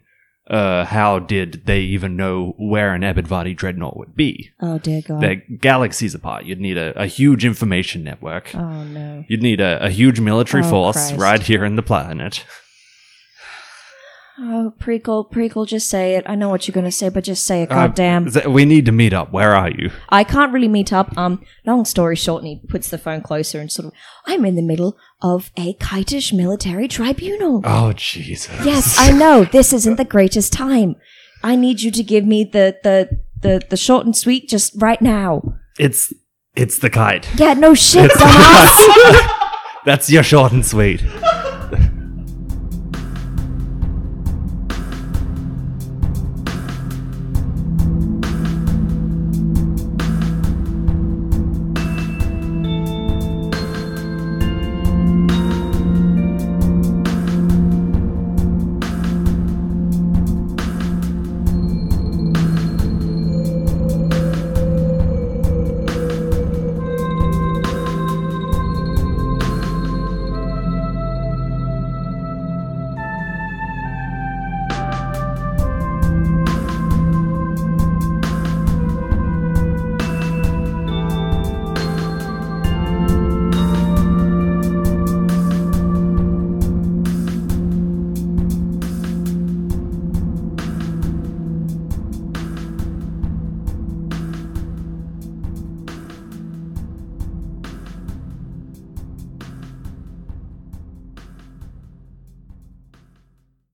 A: uh, how did they even know where an Abadvadi dreadnought would be?
D: oh dear
F: Uh,
D: God.
A: They're galaxies apart. You'd need a, a huge information network.
F: oh no.
A: You'd need a, a huge military
F: Oh,
A: force
F: Christ.
A: right here in the planet.
D: oh, prequel, prequel. Just say it. I know what you're gonna say, but just say it.
A: Uh,
D: God damn.
A: Z- We need to meet up. Where are you?
F: I can't really meet up. Um, long story short, and he puts the phone closer and sort of
D: I'm in the middle of a kitish military tribunal.
A: Oh Jesus! *laughs*
D: Yes, I know. This isn't the greatest time. I need you to give me the the the, the short and sweet just right now.
A: It's it's the kite.
D: Yeah, no
A: *laughs*
D: shit,
A: It's
D: dumbass.
A: That's your short and sweet.